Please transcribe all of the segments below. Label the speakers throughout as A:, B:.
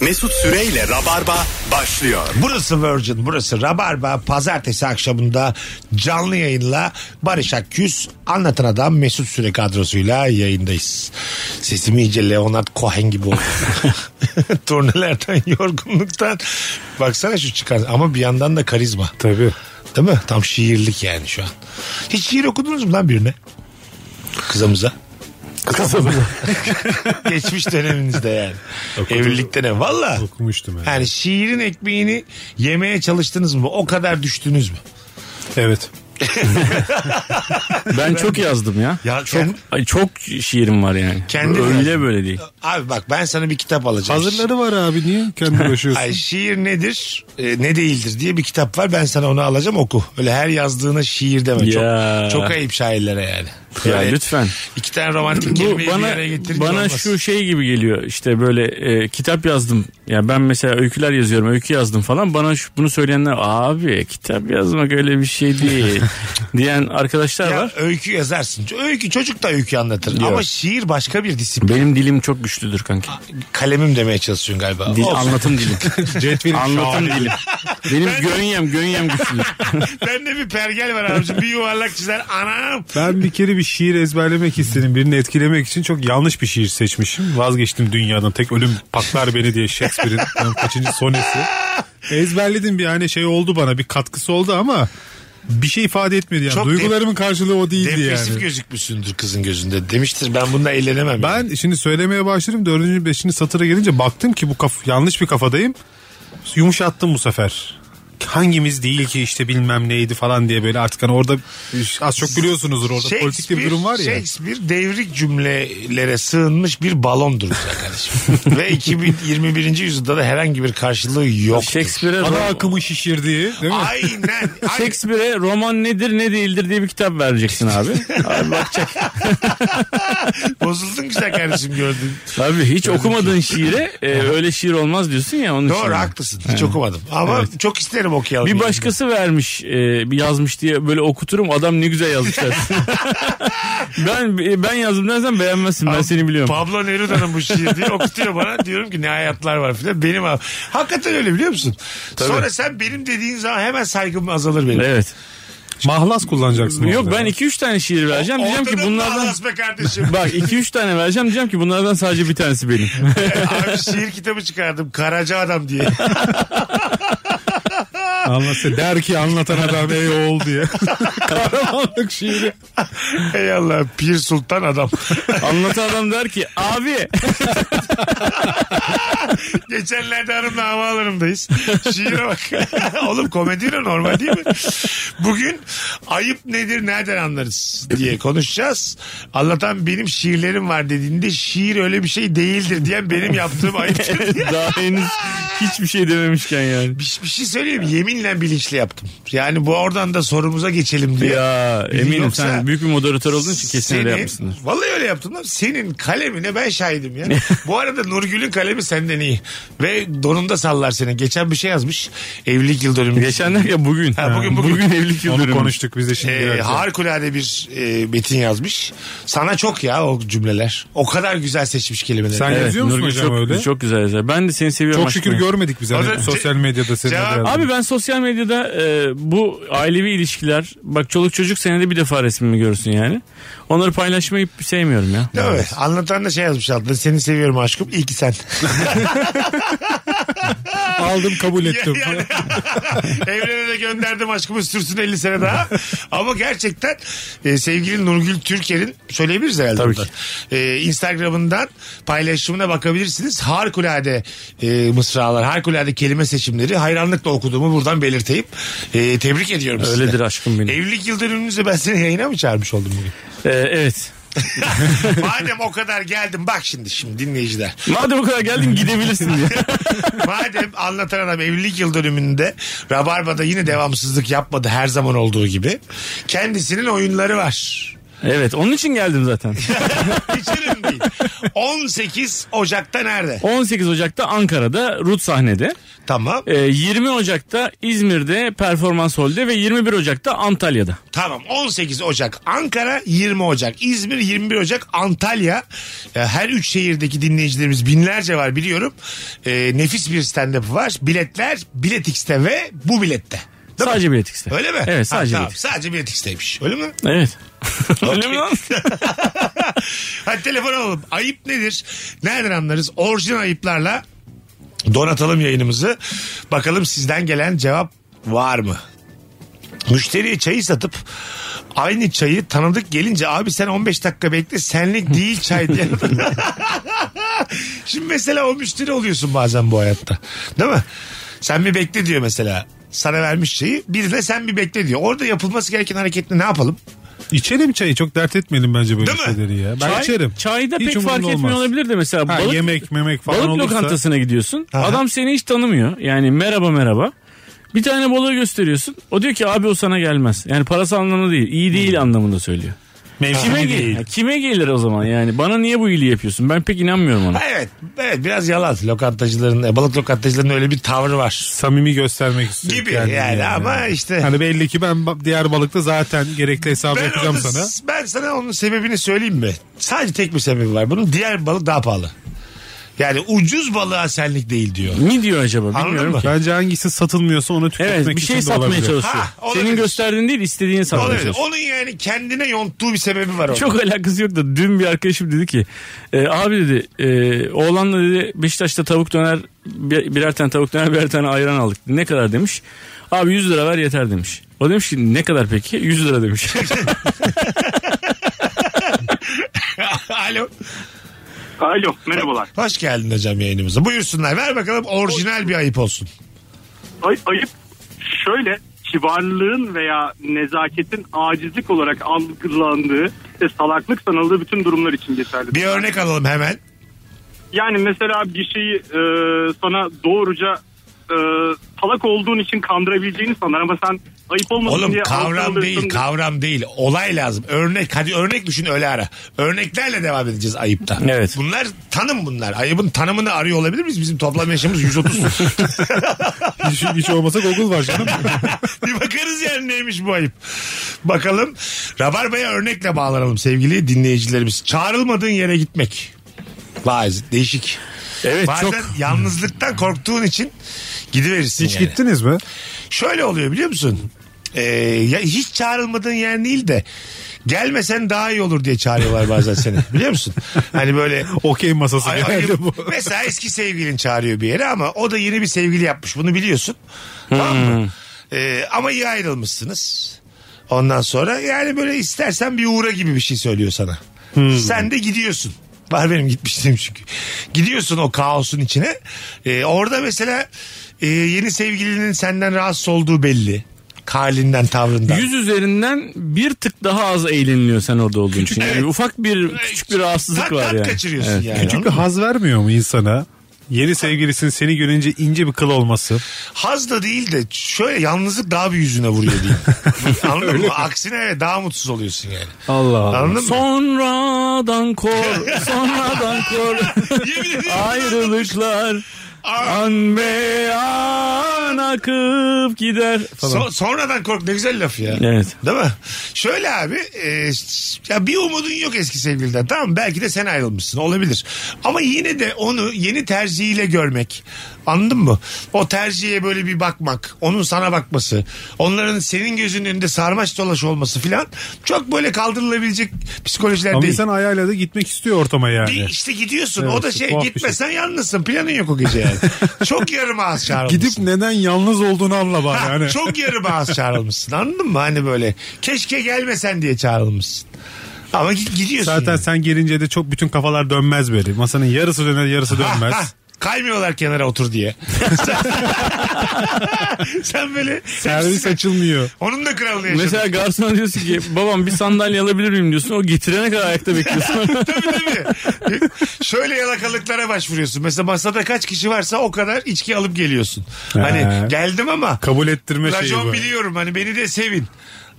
A: Mesut Süreyle Rabarba başlıyor.
B: Burası Virgin, burası Rabarba. Pazartesi akşamında canlı yayınla Barış Akgüz, Anlatan Adam Mesut Süre kadrosuyla yayındayız. Sesim iyice Leonard Cohen gibi oldu. Turnelerden, yorgunluktan. Baksana şu çıkar ama bir yandan da karizma.
C: Tabii.
B: Değil mi? Tam şiirlik yani şu an. Hiç şiir okudunuz mu lan birine? Kızamıza. Geçmiş döneminizde yani. Evlilikte ne? Valla.
C: Okumuştum evet.
B: Yani şiirin ekmeğini yemeye çalıştınız mı? O kadar düştünüz mü?
C: Evet.
D: Ben çok yazdım ya.
B: Ya çok...
D: Ay çok şiirim var yani.
B: Kendin
D: Öyle
B: yazdın.
D: böyle değil.
B: Abi bak ben sana bir kitap alacağım.
C: Hazırları var abi niye kendi uğraşıyorsun?
B: Ay şiir nedir, e, ne değildir diye bir kitap var. Ben sana onu alacağım oku. Öyle her yazdığına şiir deme.
D: Ya.
B: Çok, çok ayıp şairlere yani.
D: Ya
B: Böyle
D: lütfen.
B: İki tane romantik
D: Bu
B: kelimeyi bir
D: bana
B: araya getirince
D: bana
B: olmaz.
D: şu şey gibi geliyor. İşte böyle e, kitap yazdım. Ya ben mesela öyküler yazıyorum, öykü yazdım falan. Bana şu, bunu söyleyenler abi kitap yazmak öyle bir şey değil diyen arkadaşlar
B: Ya
D: var.
B: öykü yazarsın. Öykü çocuk da öykü anlatır. Ama şiir başka bir disiplin.
D: Benim dilim çok güçlüdür kanki.
B: Kalemim demeye çalışıyorsun galiba.
D: Dil,
B: Olsun.
D: anlatım dilim.
C: Cetvelim
D: anlatım dilim. Benim gönyem, gönyem güçlüdür.
B: Bende bir pergel var abicim. Bir yuvarlak çizer. Anam.
C: Ben bir kere bir şiir ezberlemek istedim. Birini etkilemek için çok yanlış bir şiir seçmişim. Vazgeçtim dünyadan. Tek ölüm paklar beni diye Shakespeare'in bilmem kaçıncı sonesi. Ezberledim bir hani şey oldu bana bir katkısı oldu ama bir şey ifade etmedi yani.
B: Çok
C: Duygularımın karşılığı o değildi
B: Depresif
C: yani.
B: gözükmüşsündür kızın gözünde. Demiştir ben bununla eğlenemem. yani.
C: Ben şimdi söylemeye başladım. Dördüncü, beşinci satıra gelince baktım ki bu kaf yanlış bir kafadayım. Yumuşattım bu sefer. Hangimiz değil ki işte bilmem neydi falan diye böyle artık hani orada az çok biliyorsunuzdur orada politik bir durum var ya.
B: Shakespeare devrik cümlelere sığınmış bir balondur güzel kardeşim. Ve 2021. yüzyılda da herhangi bir karşılığı yok.
D: Shakespeare'e
C: Ana akımı şişirdiği değil mi?
B: Aynen. Aynen.
D: Shakespeare'e roman nedir ne değildir diye bir kitap vereceksin abi. abi bakacak.
B: Bozuldun güzel kardeşim gördün.
D: Abi hiç okumadığın
C: şey
D: şiire e, öyle şiir olmaz diyorsun ya onun için.
B: Doğru haklısın. Hiç okumadım. Ama çok isterim okuyalım.
D: Bir
B: yani.
D: başkası vermiş, e, bir yazmış diye böyle okuturum adam ne güzel yazmış dersin. ben e, ben yazdım dersen beğenmezsin ben
B: Abi,
D: seni biliyorum.
B: Pablo Neruda'nın bu şiiri diye okutuyor bana. Diyorum ki ne hayatlar var filan. Benim abi. Hakikaten öyle biliyor musun? Sonra sen benim dediğin zaman hemen saygım azalır benim.
D: Evet.
C: Mahlas kullanacaksın.
D: Yok
C: orada.
D: ben 2-3 tane şiir vereceğim diyeceğim ki
B: Ortada
D: bunlardan
B: Dallas be kardeşim.
D: bak 2-3 tane vereceğim diyeceğim ki bunlardan sadece bir tanesi benim.
B: Abi şiir kitabı çıkardım. Karaca adam diye.
C: Anlatsa der ki anlatan adam ey oğul diye. Kahramanlık şiiri.
B: Ey Allah. Pir Sultan adam.
D: Anlatan adam der ki abi
B: Geçenlerde hanımla havaalanındayız. Şiire bak. Oğlum komediyle normal değil mi? Bugün ayıp nedir nereden anlarız diye konuşacağız. Allah'tan benim şiirlerim var dediğinde şiir öyle bir şey değildir diyen benim yaptığım ayıptır diye.
D: daha henüz hiçbir şey dememişken yani.
B: Bir, bir şey söyleyeyim yeminle bilinçli yaptım. Yani bu oradan da sorumuza geçelim diye.
D: Ya eminim
B: Yoksa-
D: sen büyük bir moderatör olduğun için kesin öyle
B: Senin-
D: yapmışsındır.
B: Vallahi öyle yaptım lan. Senin kalemine ben şahidim ya. Bu arada Nurgül'ün kalemi senden iyi. Ve donunda sallar seni. Geçen bir şey yazmış. Evlilik yıl dönümü.
D: Geçen der ya bugün.
B: Ha, bugün,
D: bugün,
B: bugün.
D: evlilik yıl
C: Onu
D: dönümü.
C: konuştuk biz de şimdi.
B: Ee,
C: Evet.
B: harikulade bir e, metin yazmış. Sana çok ya o cümleler. O kadar güzel seçmiş kelimeleri.
C: Sen
D: Evet,
C: yazıyor musun
D: Nurgül
C: hocam
D: çok,
C: öyle? Çok,
D: Çok güzel yazar. Ben de seni seviyorum.
C: şükür
D: aşkım.
C: görmedik biz hani
B: Orada ce-
C: sosyal medyada senin
B: cevap-
C: adı yazdım.
D: Abi ben sosyal medyada e, bu ailevi ilişkiler bak çoluk çocuk senede bir defa resmimi görürsün yani. Onları paylaşmayı sevmiyorum ya.
B: Değil mi? Anlatan da şey yazmış altında. Seni seviyorum aşkım. İyi ki sen.
C: aldım kabul ettim.
B: Yani- Evrene de gönderdim aşkımı sürsün 50 sene daha. Ama gerçekten e, sevgili Nurgül Türker'in söyleyebiliriz herhalde.
D: Tabii
B: buradan. E, Instagram'ından paylaşımına bakabilirsiniz. Harikulade e, mısralar, harikulade kelime seçimleri hayranlıkla okuduğumu buradan belirteyim. E, tebrik ediyorum sizi.
D: Öyledir aşkım benim.
B: Evlilik yıl dönümümüzde ben seni yayına mı çağırmış oldum bugün?
D: E, evet.
B: Madem o kadar geldim bak şimdi şimdi dinleyiciler.
D: Madem o kadar geldin gidebilirsin diye.
B: Madem anlatan adam evlilik yıl dönümünde Rabarba'da yine devamsızlık yapmadı her zaman olduğu gibi. Kendisinin oyunları var.
D: Evet onun için geldim zaten.
B: Hiç önemli değil. 18 Ocak'ta nerede?
D: 18 Ocak'ta Ankara'da Rut sahnede.
B: Tamam.
D: Ee, 20 Ocak'ta İzmir'de Performans Hall'de ve 21 Ocak'ta Antalya'da.
B: Tamam 18 Ocak Ankara 20 Ocak İzmir 21 Ocak Antalya Ya her üç şehirdeki dinleyicilerimiz binlerce var biliyorum Ee, nefis bir stand up var biletler Bilet X'te ve bu bilette Değil mi?
D: sadece Bilet X'te.
B: Öyle mi?
D: Evet sadece
B: ha, tamam.
D: Bilet X'te.
B: Sadece Bilet X'teymiş. Öyle mi?
D: Evet. Öyle mi lan?
B: Hadi telefon alalım. Ayıp nedir? Nereden anlarız? Orijinal ayıplarla donatalım yayınımızı. Bakalım sizden gelen cevap var mı? Müşteriye çayı satıp aynı çayı tanıdık gelince abi sen 15 dakika bekle senlik değil çay diye. Şimdi mesela o müşteri oluyorsun bazen bu hayatta. Değil mi? Sen bir bekle diyor mesela. Sana vermiş şeyi. Bir de sen bir bekle diyor. Orada yapılması gereken hareketle ne yapalım?
C: İçelim çayı çok dert etmeyelim bence böyle
B: Değil mi?
C: şeyleri ya. Ben
D: Çay,
C: içerim.
D: Çayda
C: Hiç
D: pek fark
C: umurumda
D: etmiyor
C: olmaz.
D: olabilir de mesela
C: Ha,
D: balık,
C: yemek memek falan
D: balık
C: olursa.
D: lokantasına gidiyorsun.
B: Aha.
D: Adam seni hiç tanımıyor. Yani merhaba merhaba. Bir tane balığı gösteriyorsun. O diyor ki abi o sana gelmez. Yani parası anlamında değil. iyi değil anlamında söylüyor. Kime, gel- Ya kime gelir o zaman yani? Bana niye bu iyiliği yapıyorsun? Ben pek inanmıyorum ona.
B: Ha, Evet, evet biraz yalan. Lokantacıların, e, balık lokantacıların öyle bir tavrı var.
C: Samimi göstermek istiyor.
B: Gibi yani ama işte-
C: Hani belli ki ben ba- diğer balıkta zaten gerekli hesabı
B: Ben,
C: yapacağım
B: onu-
C: sana.
B: ben sana onun sebebini söyleyeyim mi? Sadece tek bir sebebi var. Bunun diğer balık daha pahalı. Yani ucuz balığa senlik değil diyor.
D: Ne diyor acaba?
B: Anladın
D: Bilmiyorum
B: mı?
D: ki.
C: Bence hangisi satılmıyorsa onu tüketmek
D: Evet bir
C: için
D: şey
C: de
D: satmaya
C: olabilir.
D: çalışıyor.
B: Ha, olabilir.
D: Senin gösterdiğin değil istediğini satmaya
B: Olabilir.
D: çalışıyor.
B: Onun yani kendine yonttuğu bir sebebi var onun.
D: Çok alakası yok da dün bir arkadaşım dedi ki e, abi dedi e, oğlanla dedi Beşiktaş'ta tavuk döner bir- birer tane tavuk döner birer tane ayran aldık. Ne kadar demiş? Abi 100 lira ver yeter demiş. O demiş ki ne kadar peki? 100 lira demiş.
B: Alo.
E: Alo merhabalar.
B: Hoş geldin hocam yayınımıza. Buyursunlar. Ver bakalım orijinal bir ayıp olsun.
E: Ay, ayıp şöyle kibarlığın veya nezaketin acizlik olarak algılandığı ve salaklık sanıldığı bütün durumlar için geçerli.
B: Bir örnek alalım hemen.
E: Yani mesela bir şeyi e, sana doğruca e, salak olduğun için kandırabileceğini sanar ama sen ayıp olmasın
B: Oğlum
E: diye
B: kavram
E: algılanırsın
B: değil,
E: diye.
B: kavram değil. Olay lazım. Örnek, hadi örnek düşün öyle ara. Örneklerle devam edeceğiz ayıpta.
D: Evet.
B: Bunlar tanım bunlar. Ayıbın tanımını arıyor olabilir miyiz? Bizim toplam yaşımız 130.
C: Hiç, hiç olmasa Google var canım.
B: Bir bakarız yani neymiş bu ayıp. Bakalım. Rabarba'ya örnekle bağlanalım sevgili dinleyicilerimiz. Çağrılmadığın yere gitmek. Vay değişik.
D: evet
B: Bazen
D: çok.
B: yalnızlıktan korktuğun için gidiverirsin
C: hiç
B: yani.
C: gittiniz mi?
B: Şöyle oluyor biliyor musun? Ee, ya hiç çağrılmadığın yer değil de gelmesen daha iyi olur diye çağırıyorlar bazen seni. Biliyor musun? Hani böyle
C: Okey masası
B: Ay-
C: geldi
B: ayıp.
C: bu.
B: Mesela eski sevgilin çağırıyor bir yere ama o da yeni bir sevgili yapmış. Bunu biliyorsun. Tamam
D: Hmm.
B: mı? Ee, ama iyi ayrılmışsınız. Ondan sonra yani böyle istersen bir uğra gibi bir şey söylüyor sana.
D: Hmm.
B: Sen de gidiyorsun. Var benim gitmiştim çünkü. Gidiyorsun o kaosun içine. Ee, orada mesela e, yeni sevgilinin senden rahatsız olduğu belli. Halinden, tavrından.
D: 100 üzerinden bir tık daha az eğleniliyor sen orada olduğun için. Yani
B: Evet.
D: ufak bir küçük bir rahatsızlık
B: Tat-
D: var
B: tat
D: yani.
B: kaçırıyorsun
D: Evet.
B: yani.
C: Çünkü
B: anladın mı?
C: haz vermiyor mu insana? Yeni sevgilisin seni görünce ince bir kıl olması.
B: haz da değil de şöyle yalnızlık daha bir yüzüne vuruyor diyeyim. Anladın mı? Aksine evet daha mutsuz oluyorsun yani.
C: Allah
B: Anladın mı?
D: Sonradan kor, sonradan kor.
B: Yemin ediyorum.
D: Ayrılıklar an be an akıp gider falan.
B: So- sonradan kork ne güzel laf ya.
D: Evet.
B: Değil mi? Şöyle abi e, ş- ya bir umudun yok eski sevgiliden tamam belki de sen ayrılmışsın olabilir. Ama yine de onu yeni tercihiyle görmek anladın mı? O tercihe böyle bir bakmak onun sana bakması onların senin gözünün önünde sarmaş dolaş olması filan çok böyle kaldırılabilecek psikolojiler
C: Ama
B: değil.
C: insan ayağıyla da gitmek istiyor ortama yani.
B: Bir E, işte gidiyorsun
C: Evet,
B: o da şey
C: tuhaf bir
B: gitmesen yalnızsın planın yok o gece yani. çok yarım ağız çağrılmışsın.
C: Gidip neden yalnız olduğunu anla bari.
B: Ha,
C: yani.
B: Çok yarım ağız çağrılmışsın anladın mı? Hani böyle keşke gelmesen diye çağrılmışsın. Ama gi- gidiyorsun.
C: Zaten
B: yani.
C: sen gelince de çok bütün kafalar dönmez böyle. Masanın yarısı döner yarısı
B: Ha,
C: dönmez.
B: kaymıyorlar kenara otur diye. sen böyle
C: Servis
B: hepsine-
C: açılmıyor.
B: Onun da kralını yaşadın.
D: Mesela garsona diyorsun ki babam bir sandalye alabilir miyim diyorsun. O getirene kadar ayakta bekliyorsun.
B: Tabii tabii. Şöyle yalakalıklara başvuruyorsun. Mesela masada kaç kişi varsa o kadar içki alıp geliyorsun. Hani
C: Ha.
B: geldim ama
C: Kabul ettirme şeyi
B: Racon
C: bu.
B: biliyorum hani beni de sevin.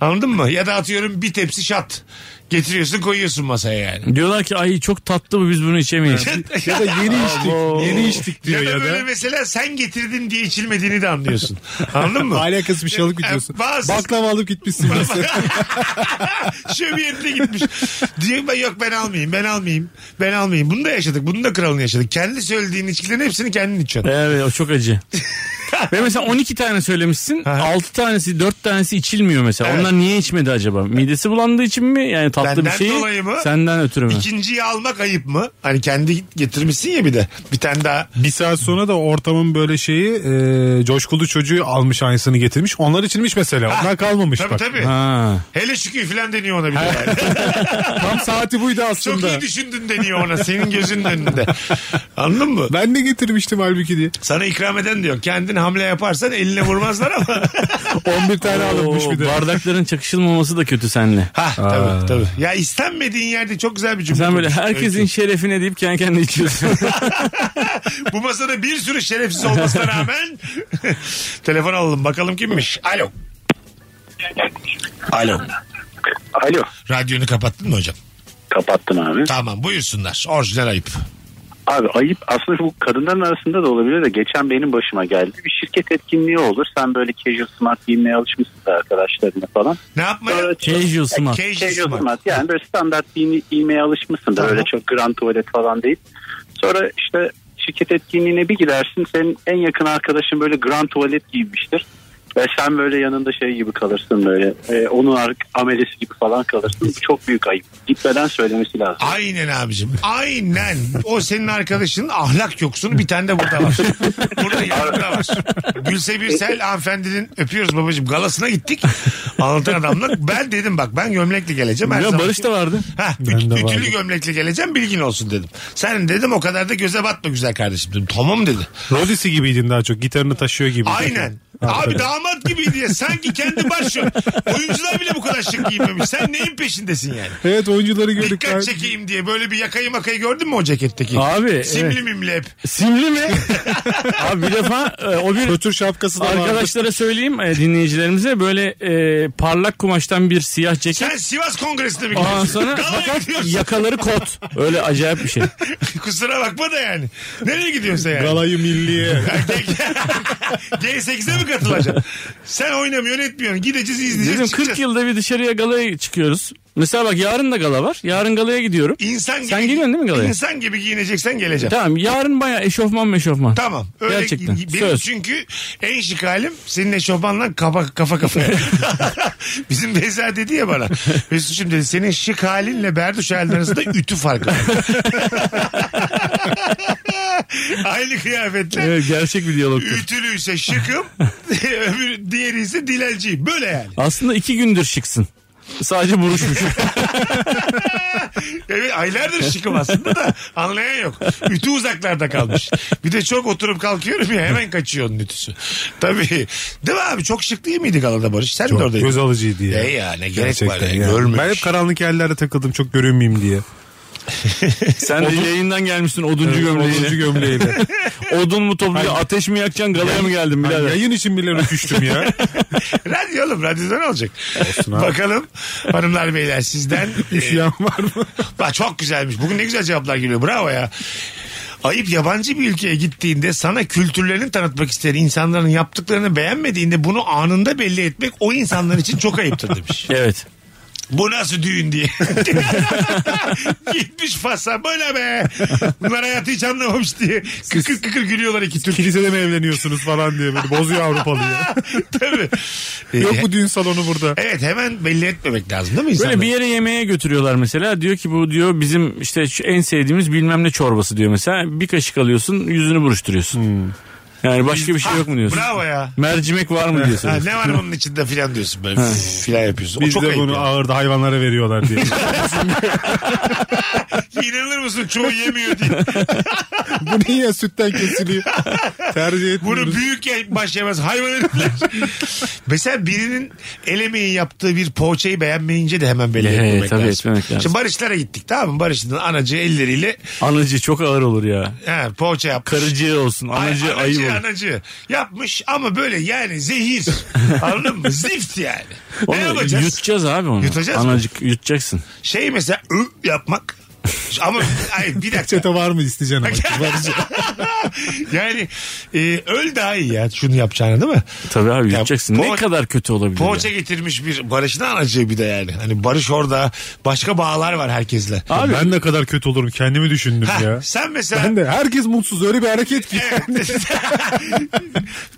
B: Anladın mı? Ya da atıyorum bir tepsi şat Getiriyorsun koyuyorsun masaya yani.
D: Diyorlar ki ay çok tatlı bu biz bunu içemeyiz.
C: ya da yeni içtik. Yeni içtik diyor
B: ya da, böyle mesela sen getirdin diye içilmediğini de anlıyorsun. Anladın mı?
C: Alakası bir şey alıp gidiyorsun.
B: E, bazı-
C: Baklava alıp gitmişsin mesela.
B: Şömiyetle gitmiş. Diyor ben yok ben almayayım ben almayayım ben almayayım. Bunu da yaşadık bunu da kralını yaşadık. Kendi söylediğin içkilerin hepsini kendin içiyorsun.
D: evet o çok acı. Ve mesela 12 tane söylemişsin.
B: Aha.
D: 6 tanesi 4 tanesi içilmiyor mesela.
B: Evet.
D: Onlar niye içmedi acaba? Midesi bulandığı için mi? Yani tatlı bir
B: Benden
D: şeyi.
B: dolayı mı?
D: Senden ötürü mü?
B: İkinciyi almak ayıp mı? Hani kendi getirmişsin ya bir de. Bir tane daha.
C: bir saat sonra da ortamın böyle şeyi e, coşkulu çocuğu almış aynısını getirmiş. Onlar içilmiş mesela. Onlar kalmamış
B: Tabii
C: bak.
B: tabii.
D: Ha.
B: Hele şükür falan deniyor ona bir de yani.
C: Tam saati buydu
B: Çok
C: aslında.
B: iyi düşündün deniyor ona senin gözünün önünde. Anladın mı?
C: Ben de getirmiştim halbuki diye.
B: Sana ikram eden diyor. Kendin hamle yaparsan eline vurmazlar ama.
C: 11 tane alınmış
D: Oo,
C: bir de.
D: Bardakların çakışılmaması da kötü seninle.
B: ha tabii tabii. Ya istenmediğin yerde çok güzel bir cümle.
D: Sen böyle
B: kurmuşsun.
D: herkesin şerefine deyip kendi kendine içiyorsun.
B: Bu masada bir sürü şerefsiz olmasına rağmen telefon alalım bakalım kimmiş. Alo. Alo.
F: Alo.
B: Radyonu kapattın mı hocam?
F: Kapattın abi.
B: Tamam buyursunlar. Orijinal ayıp.
F: Abi ayıp aslında bu kadınların arasında da olabilir de geçen benim başıma geldi. Bir şirket etkinliği olur. Sen böyle casual smart giyinmeye alışmışsın da arkadaşlarına falan.
B: Ne yapmaya?
F: Sonra
D: Casual smart.
F: casual
B: Casual
F: smart. Yani böyle standart giyini- giymeye alışmışsın da
B: Tamam.
F: öyle çok grand tuvalet falan değil. Sonra işte şirket etkinliğine bir gidersin. Senin en yakın arkadaşın böyle grand tuvalet giymiştir. Ve sen böyle yanında şey gibi kalırsın böyle. e, onun ar- amelesi gibi falan kalırsın. Bu çok büyük ayıp. Gitmeden söylemesi lazım.
B: Aynen abicim. Aynen. O senin arkadaşının ahlak yoksunu bir tane de burada var. burada yanında var. Gülse Birsel hanımefendinin öpüyoruz babacığım galasına gittik. Anlatan adamla ben dedim bak ben gömlekle geleceğim. Her
D: ya
B: zaman-
D: Barış da vardı.
B: Ha,
C: Ben
B: üt-
C: de
B: ütülü
C: vardım.
B: gömlekle geleceğim bilgin olsun dedim. Sen dedim o kadar da göze batma güzel kardeşim dedim. Tamam dedi.
C: Rodisi gibiydin daha çok. Gitarını taşıyor gibi.
B: Aynen. Abi damat gibi diye sanki kendi başlıyor. Oyuncular bile bu kadar şık giymemiş. Sen neyin peşindesin yani?
C: Evet oyuncuları gördük.
B: Dikkat çekeyim diye böyle bir yakayı makayı gördün mü o ceketteki?
D: Abi,
B: Simli
D: evet.
B: mimli hep.
D: Simli mi? Abi bir defa e, o bir
C: Kötür şapkası da vardı.
D: Arkadaşlara söyleyeyim e, dinleyicilerimize böyle e, parlak kumaştan bir siyah
B: Sen
D: ceket.
B: Sivas Kongresi'ne mi
D: Ondan
B: gidiyorsun?
D: sonra
B: Galaya
D: fakat
B: gidiyorsun.
D: yakaları kot. Öyle acayip bir şey.
B: Kusura bakma da yani. Nereye gidiyorsun sen yani?
C: Galayı milliye.
B: G8'e mi katılacaksın? Sen oynamıyorsun etmiyorsun. Gideceğiz izleyeceğiz.
D: Bizim 40
B: çıkacağız.
D: yılda bir dışarıya galaya çıkıyoruz. Mesela bak yarın da gala var. Yarın galaya gidiyorum.
B: İnsan gibi,
D: Sen gidiyorsun değil mi galaya?
B: İnsan gibi giyineceksen geleceğim.
D: Tamam yarın baya eşofman meşofman.
B: Tamam. Öyle
D: Gerçekten.
B: gi- Benim
D: Söz.
B: çünkü en şık halim seninle şobanla kafa kafa kafaya. Bizim Beyza dedi ya bana. Mesut'cum dedi senin şık halinle Berduş halin arasında ütü farkı var. Aynı kıyafetle.
D: Evet, gerçek bir diyalogtur.
B: Ütülüyse şıkım, öbür diğeri ise dilenciyim. Böyle yani.
D: Aslında iki gündür şıksın. Sadece buruşmuş.
B: Evet, aylardır şıkım aslında da anlayan yok. Ütü uzaklarda kalmış. Bir de çok oturup kalkıyorum ya hemen kaçıyor onun ütüsü. Tabii. Değil mi abi? Çok şık değil miydi galada Barış? Sen de oradaydın.
C: Göz alıcıydı ya.
B: Ne ya, ne gerek
C: Gerçekten
B: var ya,
C: ya.
B: görmemiş.
C: Ben hep karanlık yerlerde takıldım çok görünmeyeyim diye.
D: Sen de yayından gelmişsin oduncu gömleğiyle.
C: Oduncu gömleğiyle.
D: Odun mu topluyor ateş mi yakacaksın galaya mı geldin
C: Ben
D: birader?
C: yayın için bile öpüştüm ya.
B: Radyo oğlum radyoda ne olacak?
C: abi. şey
B: Bakalım hanımlar beyler sizden. e,
C: Üşüyen var mı?
B: bak çok güzelmiş. Bugün ne güzel cevaplar geliyor. Bravo ya. Ayıp yabancı bir ülkeye gittiğinde sana kültürlerini tanıtmak isteyen insanların yaptıklarını beğenmediğinde bunu anında belli etmek o insanlar için çok ayıptır demiş.
D: Evet.
B: Bu nasıl düğün diye. Gitmiş Fas'a böyle be. Bunlar hayatı hiç anlamamış diye. Kıkır kıkır gülüyorlar iki Türk.
C: Kilisede mi evleniyorsunuz falan diye böyle bozuyor Avrupalı'yı.
B: Tabii. E, Ee,
C: Yok bu düğün salonu burada.
B: Evet hemen belli etmemek lazım değil mi insanlar?
D: Böyle bir yere yemeğe götürüyorlar mesela. Diyor ki bu diyor bizim işte şu en sevdiğimiz bilmem ne çorbası diyor mesela. Bir kaşık alıyorsun yüzünü buruşturuyorsun. Yani başka bir şey
B: Ha,
D: yok mu diyorsun?
B: Ah, Bravo ya.
D: Mercimek var mı diyorsun?
B: Ha, ne var bunun içinde filan diyorsun böyle filan yapıyorsun. O
C: Biz
B: çok
C: de
B: ayıp.
C: bunu
B: ya.
C: ağırda hayvanlara veriyorlar diye.
B: İnanır mısın çoğu yemiyor diye.
C: Bu niye sütten kesiliyor? Tercih etmiyoruz.
B: Bunu büyük ye- baş yemez hayvan herifler. Mesela birinin el emeği yaptığı bir poğaçayı beğenmeyince de hemen belli
D: Evet,
B: etmemek
D: tabii
B: lazım.
D: etmemek lazım.
B: Şimdi Barışlara gittik tamam mı? Barış'ın anacı elleriyle
D: Anacı çok ağır olur ya.
B: he, poğaça yapmış.
D: Karıcı olsun.
B: Ay-
D: Anacı
B: anacı
D: ayıp
B: Makarnacı yapmış ama böyle yani zehir. Anladın mı? Zift yani.
D: Onu
B: ne yapacağız?
D: Yutacağız abi onu.
B: Yutacağız mı?
D: Anacık yutacaksın.
B: Şey mesela ı yapmak. Ama ay bir dakika.
C: Çete var mı isteyeceksin ama. kibarca.
B: yani e, öl daha iyi ya şunu yapacağını değil mi?
D: Tabii abi
B: Ya
D: yutacaksın.
B: poğaça-
D: ne kadar kötü olabilir
B: Poğaça
D: ya.
B: getirmiş bir Barış'ın anacığı bir de yani. Hani Barış orada başka bağlar var herkesle.
D: Abi-
C: Ben ne kadar kötü olurum kendimi düşündüm
B: Ha,
C: ya.
B: sen mesela
C: Ben de herkes mutsuz öyle bir hareket ki.
B: Evet.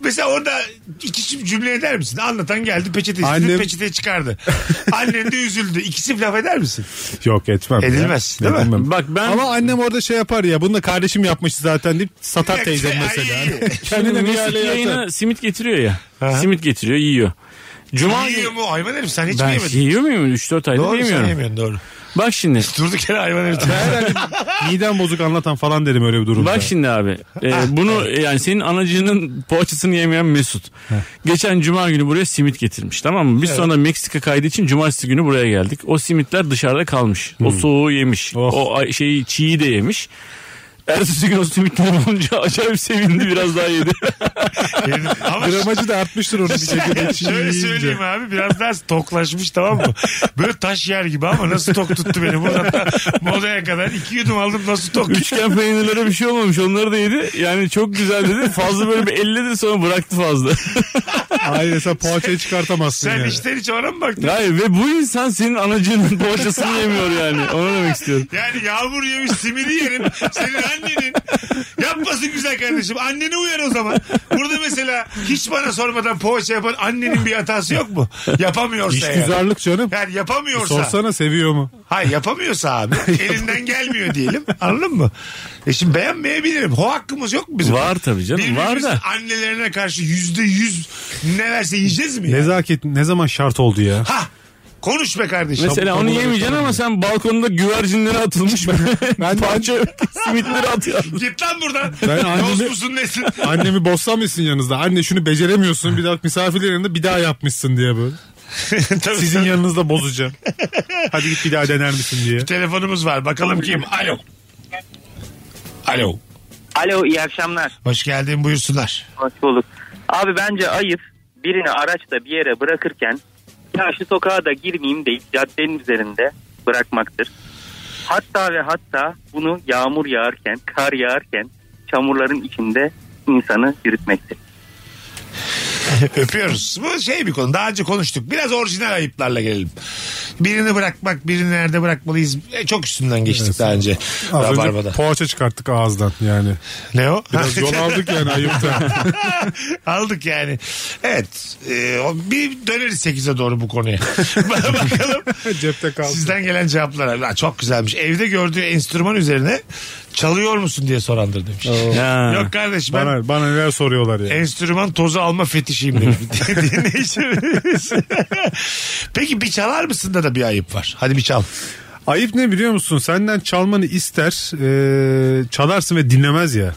B: Mesela orada iki cümle eder misin? Anlatan geldi peçete istedi
C: Annem-
B: peçete çıkardı. Annen de üzüldü. İkisi laf eder misin?
C: Yok etmem. ya.
B: Edilmez, değil mi?
C: Edilmem.
D: Bak ben-
C: Ama annem orada şey yapar ya bunu da kardeşim yapmış zaten deyip satar teyzem
B: Ay.
C: mesela. Kendine bir
D: Mesut
C: yerle yatar.
D: yayına simit getiriyor ya. Simit getiriyor yiyor. Cuma
B: Yiyor
D: günü...
B: mu hayvan herif sen hiç mi
D: Ben
B: yemedin?
D: yiyor muyum? 3-4 aydır
B: Doğru sen
D: yemiyorum.
B: yemiyorsun doğru.
D: Bak şimdi.
B: Durduk yere hayvan herif.
C: Midem bozuk anlatan falan derim öyle bir durumda.
D: Bak şimdi abi. e, bunu yani senin anacının poğaçasını yemeyen Mesut. Geçen cuma günü buraya simit getirmiş tamam mı? Biz sonra Meksika kaydı için cumartesi günü buraya geldik. O simitler dışarıda kalmış. O soğuğu yemiş.
C: Oh.
D: O ay- şeyi çiği de yemiş. Ertesi gün o simitler olunca acayip sevindi biraz daha yedi.
B: Ama
C: Gramajı da artmıştır onun bir şekilde. çiğ
B: Şöyle
C: yiyince.
B: söyleyeyim abi biraz daha toklaşmış tamam mı? Böyle taş yer gibi ama nasıl tok tuttu beni buradan da Moda'ya kadar iki yudum aldım nasıl tok
D: Üçgen peynirlere bir şey olmamış onları da yedi. Yani çok güzel dedi. Fazla böyle bir elledi sonra bıraktı fazla.
C: Hayır sen poğaçayı çıkartamazsın
B: Sen
C: yani.
B: içten içe ona mı baktın?
D: Hayır ve bu insan senin anacının poğaçasını yemiyor yani. Onu demek istiyorum.
B: Yani yağmur yemiş simidi yerim. Senin annenin. Yapmasın güzel kardeşim. Anneni uyar o zaman. Burada mesela hiç bana sormadan poğaça yapan annenin bir hatası yok mu? Yapamıyorsa yani.
C: İşgüzarlık canım.
B: Yani yapamıyorsa.
C: Sorsana seviyor mu?
B: Hayır yapamıyorsa abi. elinden gelmiyor diyelim. Anladın mı? E şimdi beğenmeyebilirim. O hakkımız yok mu bizim?
D: Var tabii canım var
B: Birbirimizin
D: da.
B: annelerine karşı yüzde yüz ne verse yiyeceğiz mi? ya?
C: Nezaket ne zaman şart oldu ya?
B: Ha konuş be kardeşim.
D: Mesela onu yemeyeceksin ama sen balkonda güvercinlere atılmış
C: Ben-
D: parça simitleri atıyorsun.
B: Git lan buradan.
C: Ben annemi-
B: Dost musun nesin?
C: Annemi bozsam mısın yanınızda? Anne şunu beceremiyorsun. Bir daha misafirlerin yanında bir daha yapmışsın diye böyle.
B: Tabii
C: Sizin
B: sen-
C: yanınızda bozacağım. Hadi git bir daha dener misin diye.
B: Telefonumuz var. Bakalım kim? Alo. Alo.
F: Alo iyi akşamlar.
B: Hoş geldin buyursunlar.
F: Hoş bulduk. Abi bence ayıp birini araçta bir yere bırakırken karşı sokağa da girmeyeyim deyip caddenin üzerinde bırakmaktır. Hatta ve hatta bunu yağmur yağarken, kar yağarken çamurların içinde insanı yürütmektir.
B: Öpüyoruz. Bu şey bir konu. Daha önce konuştuk. Biraz orijinal ayıplarla gelelim. Birini bırakmak, birini nerede bırakmalıyız? E, çok üstünden geçtik daha önce.
C: Az önce
B: Rabarba'da.
C: poğaça çıkarttık ağızdan yani.
B: Ne o?
C: Biraz yol aldık yani ayıpta.
B: Aldık yani. Evet. E, o- bir döneriz 8'e doğru bu konuya. Bakalım.
C: Cepte kaldı.
B: Sizden gelen cevaplar. Ha, çok güzelmiş. Evde gördüğü enstrüman üzerine çalıyor musun diye sorandır demiş. Yok kardeş ben
C: Bana, bana neler soruyorlar
B: E,
C: ya.
B: Enstrüman tozu alma fetişiyim demiş. Dinleyicimiz. Peki bir çalar mısın da da bir ayıp var. Hadi bir çal.
C: Ayıp ne biliyor musun? Senden çalmanı ister, ee, çalarsın ve dinlemez ya.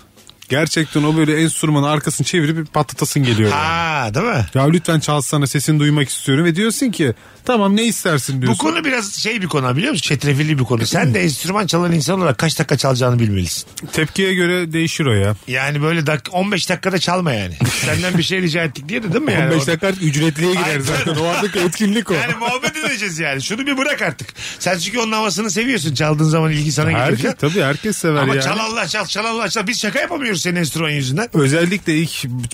C: Gerçekten o böyle enstrümanın arkasını çevirip bir patlatasın geliyor. yani.
B: Ha değil mi?
C: Ya lütfen çalsana sesini duymak istiyorum ve diyorsun ki tamam ne istersin
B: Bu
C: diyorsun.
B: konu biraz şey bir konu biliyor musun? Çetrefilli bir konu. Sen de enstrüman çalan insan olarak kaç dakika çalacağını bilmelisin.
C: Tepkiye göre değişir o ya.
B: Yani böyle dak 15 dakikada çalma yani. Senden bir şey rica ettik diye de değil mi yani?
C: 15 dakika artık ücretliye girer
B: Aynen.
C: zaten. O artık etkinlik o.
B: Yani muhabbet edeceğiz yani. Şunu bir bırak artık. Sen çünkü onun havasını seviyorsun. Çaldığın zaman ilgi sana gidiyor.
C: herkes
B: falan.
C: tabii herkes sever
B: Ama
C: yani.
B: çal Allah çal çal Allah çal. Biz şaka yapamıyoruz senin enstrüman yüzünden.
C: Özellikle ilk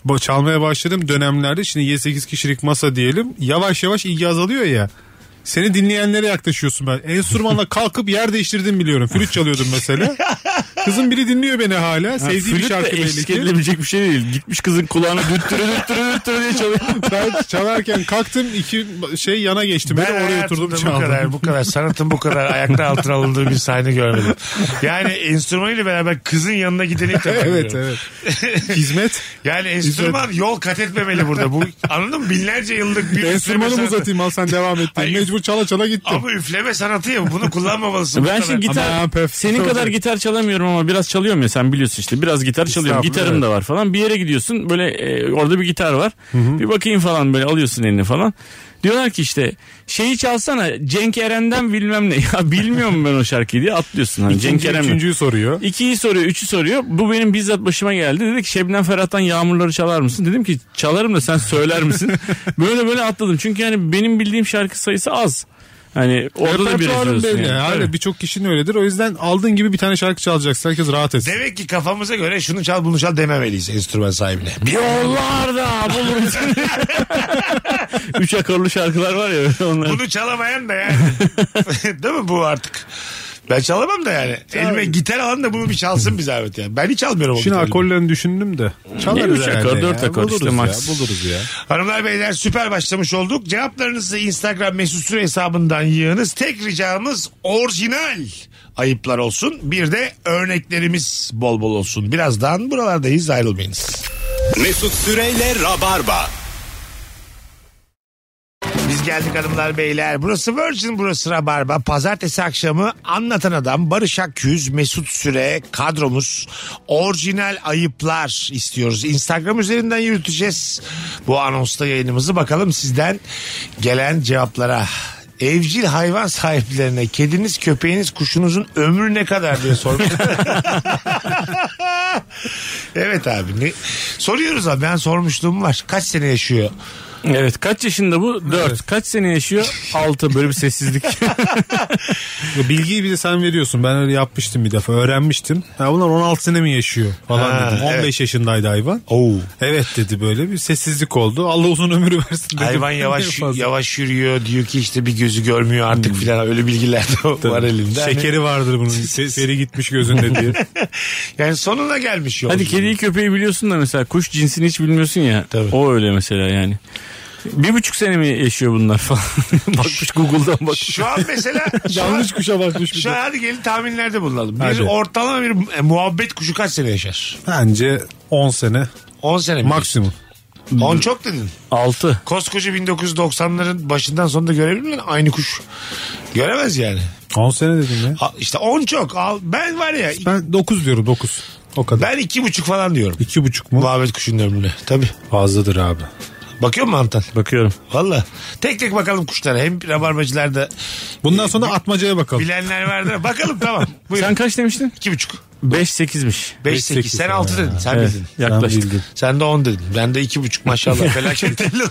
C: ba- çalmaya başladığım dönemlerde şimdi 7-8 kişilik masa diyelim yavaş yavaş ilgi azalıyor ya. Seni dinleyenlere yaklaşıyorsun ben. Enstrümanla kalkıp yer değiştirdim biliyorum. Flüt çalıyordum mesela. Kızın biri dinliyor beni hala. Sevdiği bir
D: Flüt de
C: şarkı belli
D: eşlik
C: ki.
D: edilebilecek bir şey değil. Gitmiş kızın kulağına düttürü düttürü düttürü diye çalıyor.
C: Ben çalarken kalktım iki şey yana geçtim. Ben oraya
B: hayatımda
C: oturdum
B: bu
C: çaldım.
B: kadar bu kadar sanatın bu kadar ayakta altına alındığı bir sahne görmedim. Yani enstrümanıyla beraber kızın yanına giden ilk defa
C: Evet
B: görüyorum.
C: evet. Hizmet.
B: Yani enstrüman yol kat etmemeli burada. Bu anladın mı? Binlerce yıllık bir
C: Enstrümanımı
B: üfleme sanatı.
C: uzatayım al sen devam et. diye.
B: Hayır.
C: Mecbur çala çala gittim.
B: Ama üfleme sanatı ya bunu kullanmamalısın. Bu
D: Ben
B: kadar.
D: şimdi gitar
C: Aman pef,
D: senin
C: çok
D: kadar
C: güzel.
D: gitar çalamıyorum ama biraz çalıyorum ya sen biliyorsun işte biraz gitar çalıyorum
C: Estağfurullah,
D: gitarım da var falan bir yere gidiyorsun böyle e, orada bir gitar var bir bakayım falan böyle alıyorsun eline falan diyorlar ki işte şeyi çalsana Cenk Eren'den bilmem ne ya bilmiyorum ben o şarkıyı diye atlıyorsun hani Cenk
C: İkinci,
D: Eren mi?
C: üçüncüyü soruyor.
D: İkiyi soruyor, üçü soruyor. Bu benim bizzat başıma geldi. Dedi ki Şebnem Ferhat'tan Yağmurları çalar mısın? Dedim ki çalarım da sen söyler misin? böyle böyle atladım. Çünkü hani benim bildiğim şarkı sayısı az. Hani orada da bir
C: Repertuarın
D: eziyorsun
C: belli.
D: yani.
C: Yani.
D: Tabii.
C: Aynen, birçok kişinin öyledir. O yüzden aldığın gibi bir tane şarkı çalacaksın. Herkes rahat etsin.
B: Demek ki kafamıza göre şunu çal bunu çal dememeliyiz enstrüman sahibine. Bir
D: Yollarda bulurum seni. Üç akorlu şarkılar var ya onlar.
B: Bunu çalamayan da yani. Değil mi bu artık? Ben çalamam da yani. Elime gitar alan da bunu bir çalsın bir zahmet yani. Ben hiç almıyorum o
C: Şimdi
B: gitarı.
C: akorlarını düşündüm de. Çalarız
D: üç
C: herhalde
D: akor,
C: ya.
D: dört akor
C: Buluruz
D: işte
C: ya,
D: max.
C: Buluruz ya.
B: Hanımlar beyler süper başlamış olduk. Cevaplarınızı Instagram mesut süre hesabından yığınız. Tek ricamız orijinal ayıplar olsun. Bir de örneklerimiz bol bol olsun. Birazdan buralardayız ayrılmayınız.
A: Mesut Süreyle Rabarba.
B: Biz geldik hanımlar beyler. Burası Virgin burası Rabarba. Pazartesi akşamı anlatan adam Barış Akyüz, Mesut Süre kadromuz. Orijinal ayıplar istiyoruz. Instagram üzerinden yürüteceğiz bu anonsta yayınımızı. Bakalım sizden gelen cevaplara. Evcil hayvan sahiplerine kediniz, köpeğiniz, kuşunuzun ömrü ne kadar diye sormuş. evet abi. Ne? Soruyoruz abi ben sormuşluğum var. Kaç sene yaşıyor?
D: Evet kaç yaşında bu? Dört. Kaç sene yaşıyor? Altı. Böyle bir sessizlik.
C: Ya Bilgiyi bize sen veriyorsun. Ben öyle yapmıştım bir defa. Öğrenmiştim. Ha bunlar 16 sene mi yaşıyor falan
B: Ha,
C: dedim. 15
B: evet.
C: yaşındaydı hayvan.
B: Oo.
C: Evet dedi böyle bir sessizlik oldu. Allah uzun ömür versin dedim.
B: Hayvan yavaş yavaş yürüyor diyor ki işte bir gözü görmüyor artık filan öyle bilgiler de var elimde. Hani-
C: Hmm. Şekeri vardır bunun. Se- Seri gitmiş gözünde diye.
B: yani sonuna gelmiş yol.
D: Hadi kediyi köpeği biliyorsun da mesela kuş cinsini hiç bilmiyorsun ya.
B: Tabii.
D: O öyle mesela yani. Bir buçuk sene mi yaşıyor bunlar falan. bakmış Google'dan bakmış.
B: Şu an mesela şu an,
C: Yanlış kuşa bakmış bir
B: şu an
C: de.
B: hadi gelin tahminlerde bulunalım. Bir
C: Hadi.
B: ortalama bir e, muhabbet kuşu kaç sene yaşar?
C: Bence 10 sene
B: 10 sene mi?
C: maksimum.
B: 10 çok dedin.
D: Altı.
B: Koskoca 1990'ların başından sonunda görebilir misin? Aynı kuş. Göremez yani.
C: 10 sene dedim ya.
B: Ha, İşte 10 çok. Al, ben var ya
C: Ben 9 diyorum 9. O kadar.
B: ben 2,5 falan diyorum.
C: İki buçuk mu?
B: Muhabbet kuşunun ömrüne. Tabii.
C: Fazladır abi.
B: Bakıyor musun Antan?
D: Bakıyorum.
B: Valla. Tek tek bakalım kuşlara. Hem rabarbacılar da
C: Bundan sonra atmacaya bakalım.
B: bilenler vardı. Bakalım tamam. Buyurun.
D: Sen kaç demiştin?
B: İki buçuk.
D: Beş sekizmiş.
B: Beş
C: Beş,
B: sekiz.
C: sekiz.
B: Sen altı dedin. Sen
D: Evet,
B: bildin.
D: yaklaştık.
B: Sen de on dedin. Ben de iki buçuk maşallah. Felaket elli.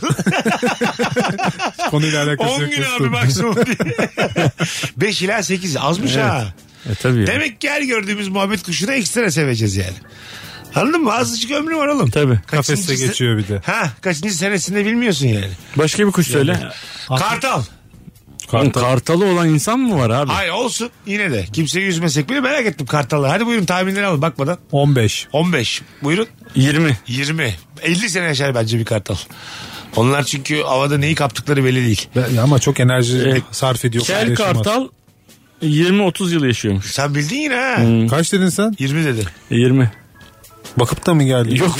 C: Konuyla alakası yok.
B: On gün
C: Mesut.
B: abi maksimum diye. Beş ila sekiz. Azmış ha.
D: E tabii. ya.
B: Demek ki her gördüğümüz muhabbet kuşunu ekstra seveceğiz yani. Anladın mı? Azıcık ömrü var oğlum.
D: Tabii.
B: Kaçıncı
C: Kafeste
B: se-
C: geçiyor bir de.
B: Ha, kaçıncı senesinde bilmiyorsun yani.
D: Başka bir kuş söyle.
B: Kartal.
D: Oğlum, Kartalı olan insan mı var abi?
B: Hayır olsun yine de. Kimseyi üzmesek bile merak ettim kartalı. Hadi buyurun tahminleri alın bakmadan.
C: 15.
B: 15. Buyurun.
D: 20.
B: 20. 50 sene yaşar bence bir kartal. Onlar çünkü havada neyi kaptıkları belli değil.
C: Ben- ama çok enerji sarf ediyor.
D: Kel
C: paylaşılmaz.
D: kartal 20-30 yıl yaşıyormuş. E,
B: Sen bildin yine ha.
D: Hmm.
C: Kaç dedin sen?
B: 20 dedi.
D: 20.
C: Bakıp da mı geldi?
D: Yok.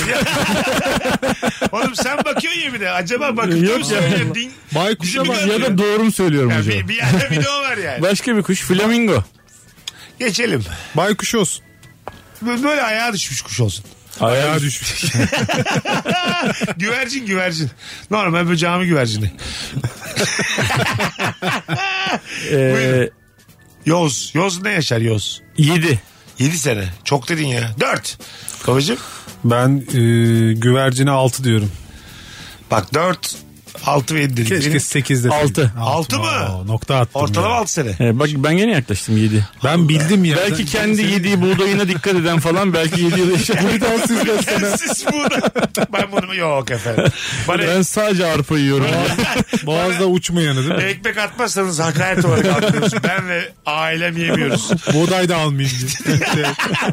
B: Oğlum sen bakıyorsun ya bir de. Acaba bakıp
D: Yok
B: Yok
D: ya.
B: söyledin.
C: Baykuş'a
B: bak
D: Ya da doğru mu söylüyorum
B: Yani
D: acaba?
B: bir, bir yerde bir de o var yani.
D: Başka bir kuş. Flamingo.
B: Geçelim.
C: Baykuş olsun.
B: Bö- Böyle ayağa düşmüş kuş olsun.
C: Ayağa düşmüş.
B: Güvercin güvercin. Normal böyle cami güvercini.
D: Ee,
B: Yoz. Yoz ne yaşar Yoz?
D: 7.
B: 7 sene. Çok dedin ya. 4. Kavacım.
C: ben e, güvercine 6 diyorum.
B: Bak 4, 6 ve 7 dedin.
C: Keşke
B: Benim
C: 8 deseydim.
D: Altı.
B: Altı mı?
C: Aa, nokta attım.
B: ortalama
C: ya.
B: 6 sene.
D: Ee, bak ben gene yaklaştım 7.
C: Ben bildim ya.
D: Belki kendi yediği buğdayına dikkat eden falan belki 7 yıl yaşamış.
B: Siz burada. Ben bunu yok efendim. Bana
D: ben sadece arpa yiyorum.
C: Boğazda uçmayanı değil mi?
B: ekmek atmazsanız hakaret olarak alıyoruz. Ben ve ailem yemiyoruz.
C: Buğday da almayayım diye. Şey,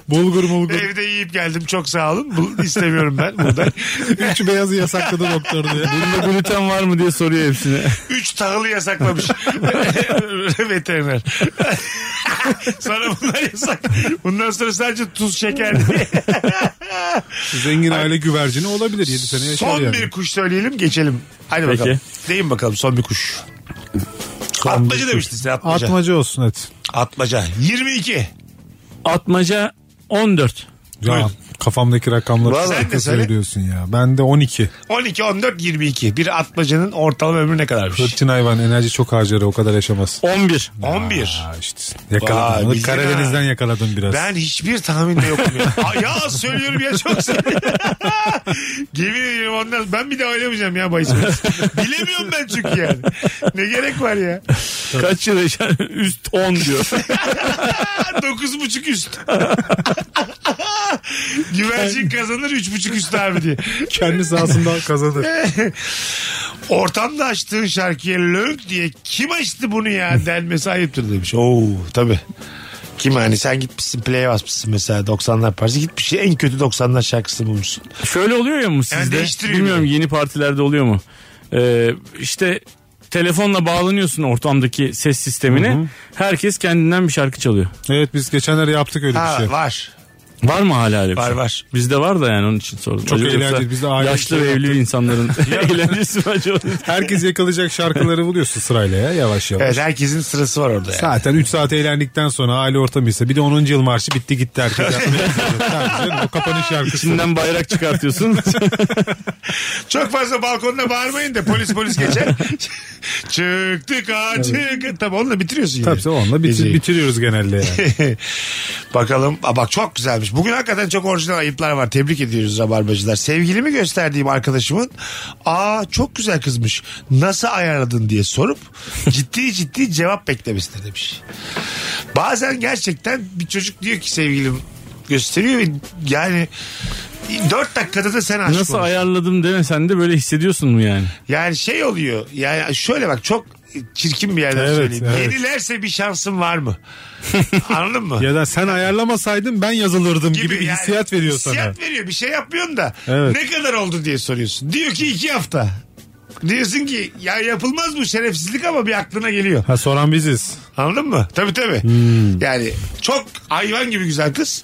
C: bulgur mulgur.
B: Evde yiyip geldim çok sağ olun. Bu, istemiyorum ben buradan.
C: Üç beyazı yasakladı doktor diye.
D: Bunda gluten var mı diye soruyor hepsine.
B: Üç tahılı yasaklamış. Veteriner. Sonra bunlar yasak. Bundan sonra sadece tuz şeker diye.
C: Zengin aile güvercini olabilir 7 sene yaşar
B: Son
C: yani.
B: bir kuş söyleyelim geçelim. Hadi
D: Peki.
B: bakalım. Deyin bakalım son bir kuş. atmaca demiştin sen atmaca.
C: Atmacı olsun hadi.
B: Atmaca. 22.
D: Atmaca 14.
C: Ya, kafamdaki rakamları
B: Vallahi
C: sen
B: sen de söyle.
C: söylüyorsun ya. Ben de 12.
B: 12, 14, 22. Bir atmacanın ortalama ömrü ne kadarmış?
C: Hırçın hayvan enerji çok harcar o kadar yaşamaz.
D: 11.
B: 11.
C: Aa, işte
B: Vay,
C: yakaladın.
B: bildin
C: onu. Karadeniz'den yakaladın biraz.
B: Ben hiçbir tahminde yokum ya. Aa, ya söylüyorum ya çok söylüyorum. Yemin ediyorum ondan. Ben bir daha oynamayacağım ya bahis. Bilemiyorum ben çünkü yani. Ne gerek var ya?
D: Kaç yıl yaşar? Üst 10 diyor.
B: Dokuz buçuk üst. Güvercin kazanır üç buçuk üst abi diye.
C: kendi sahasından kazanır.
B: Ortamda açtığın şarkıya lönk diye kim açtı bunu ya denmesi ayıptır demiş. Oo tabi. Kim hani sen gitmişsin play basmışsın mesela 90'lar parçası gitmiş en kötü 90'lar şarkısını bulmuşsun.
D: Şöyle oluyor ya mı
B: Yani
D: sizde?
B: değiştiriyor
D: Bilmiyorum
B: yani.
D: yeni partilerde oluyor mu? Ee, işte telefonla bağlanıyorsun ortamdaki ses sistemine. Herkes kendinden bir şarkı çalıyor.
C: Evet biz geçenlerde yaptık öyle
B: Ha
C: bir şey.
B: var.
D: Var mı hala öyle bir
B: Var,
D: şey?
B: var.
D: Bizde var da yani onun için sordum.
C: Çok
D: Yoksa
C: eğlenceli, biz de aile
D: Yaşlı
C: şey
D: ve evli insanların eğlencesi mi acaba?
C: Herkes yakalayacak şarkıları buluyorsun sırayla ya yavaş yavaş.
B: Evet herkesin sırası var orada yani.
C: Zaten 3 saat eğlendikten sonra aile ortamıysa bir de 10. yıl marşı bitti gitti herkes. Tabii canım, o kapanış şarkısı.
D: İçinden bayrak çıkartıyorsun.
B: Çok fazla balkonda bağırmayın da polis polis geçer. Çıktık ha çıktık. Tabii onunla bitiriyorsun yine.
C: Tabii onunla bitir,
B: Geceyi.
C: bitiriyoruz genelde yani.
B: Bakalım. Aa, bak çok güzelmiş. Bugün hakikaten çok orijinal ayıplar var. Tebrik ediyoruz Rabarbacılar. Sevgilimi gösterdiğim arkadaşımın aa çok güzel kızmış. Nasıl ayarladın diye sorup ciddi ciddi cevap beklemesine demiş. Bazen gerçekten bir çocuk diyor ki sevgilim gösteriyor ve yani 4 dakikada da sen aşık
D: Nasıl
B: olursun.
D: ayarladım deme sen de böyle hissediyorsun mu yani?
B: Yani şey oluyor. Yani şöyle bak çok çirkin bir yerden
C: Evet,
B: söyleyeyim.
C: evet.
B: Yenilerse bir şansın var mı? Anladın mı?
C: ya da sen ayarlamasaydın ben yazılırdım gibi, bir
B: yani
C: hissiyat veriyor sana.
B: Hissiyat veriyor. Bir şey yapmıyorsun da
C: Evet.
B: ne kadar oldu diye soruyorsun. Diyor ki iki hafta. Diyorsun ki ya yapılmaz bu şerefsizlik ama bir aklına geliyor.
C: Ha soran biziz.
B: Anladın mı? Tabii tabii.
C: Hmm.
B: Yani çok hayvan gibi güzel kız.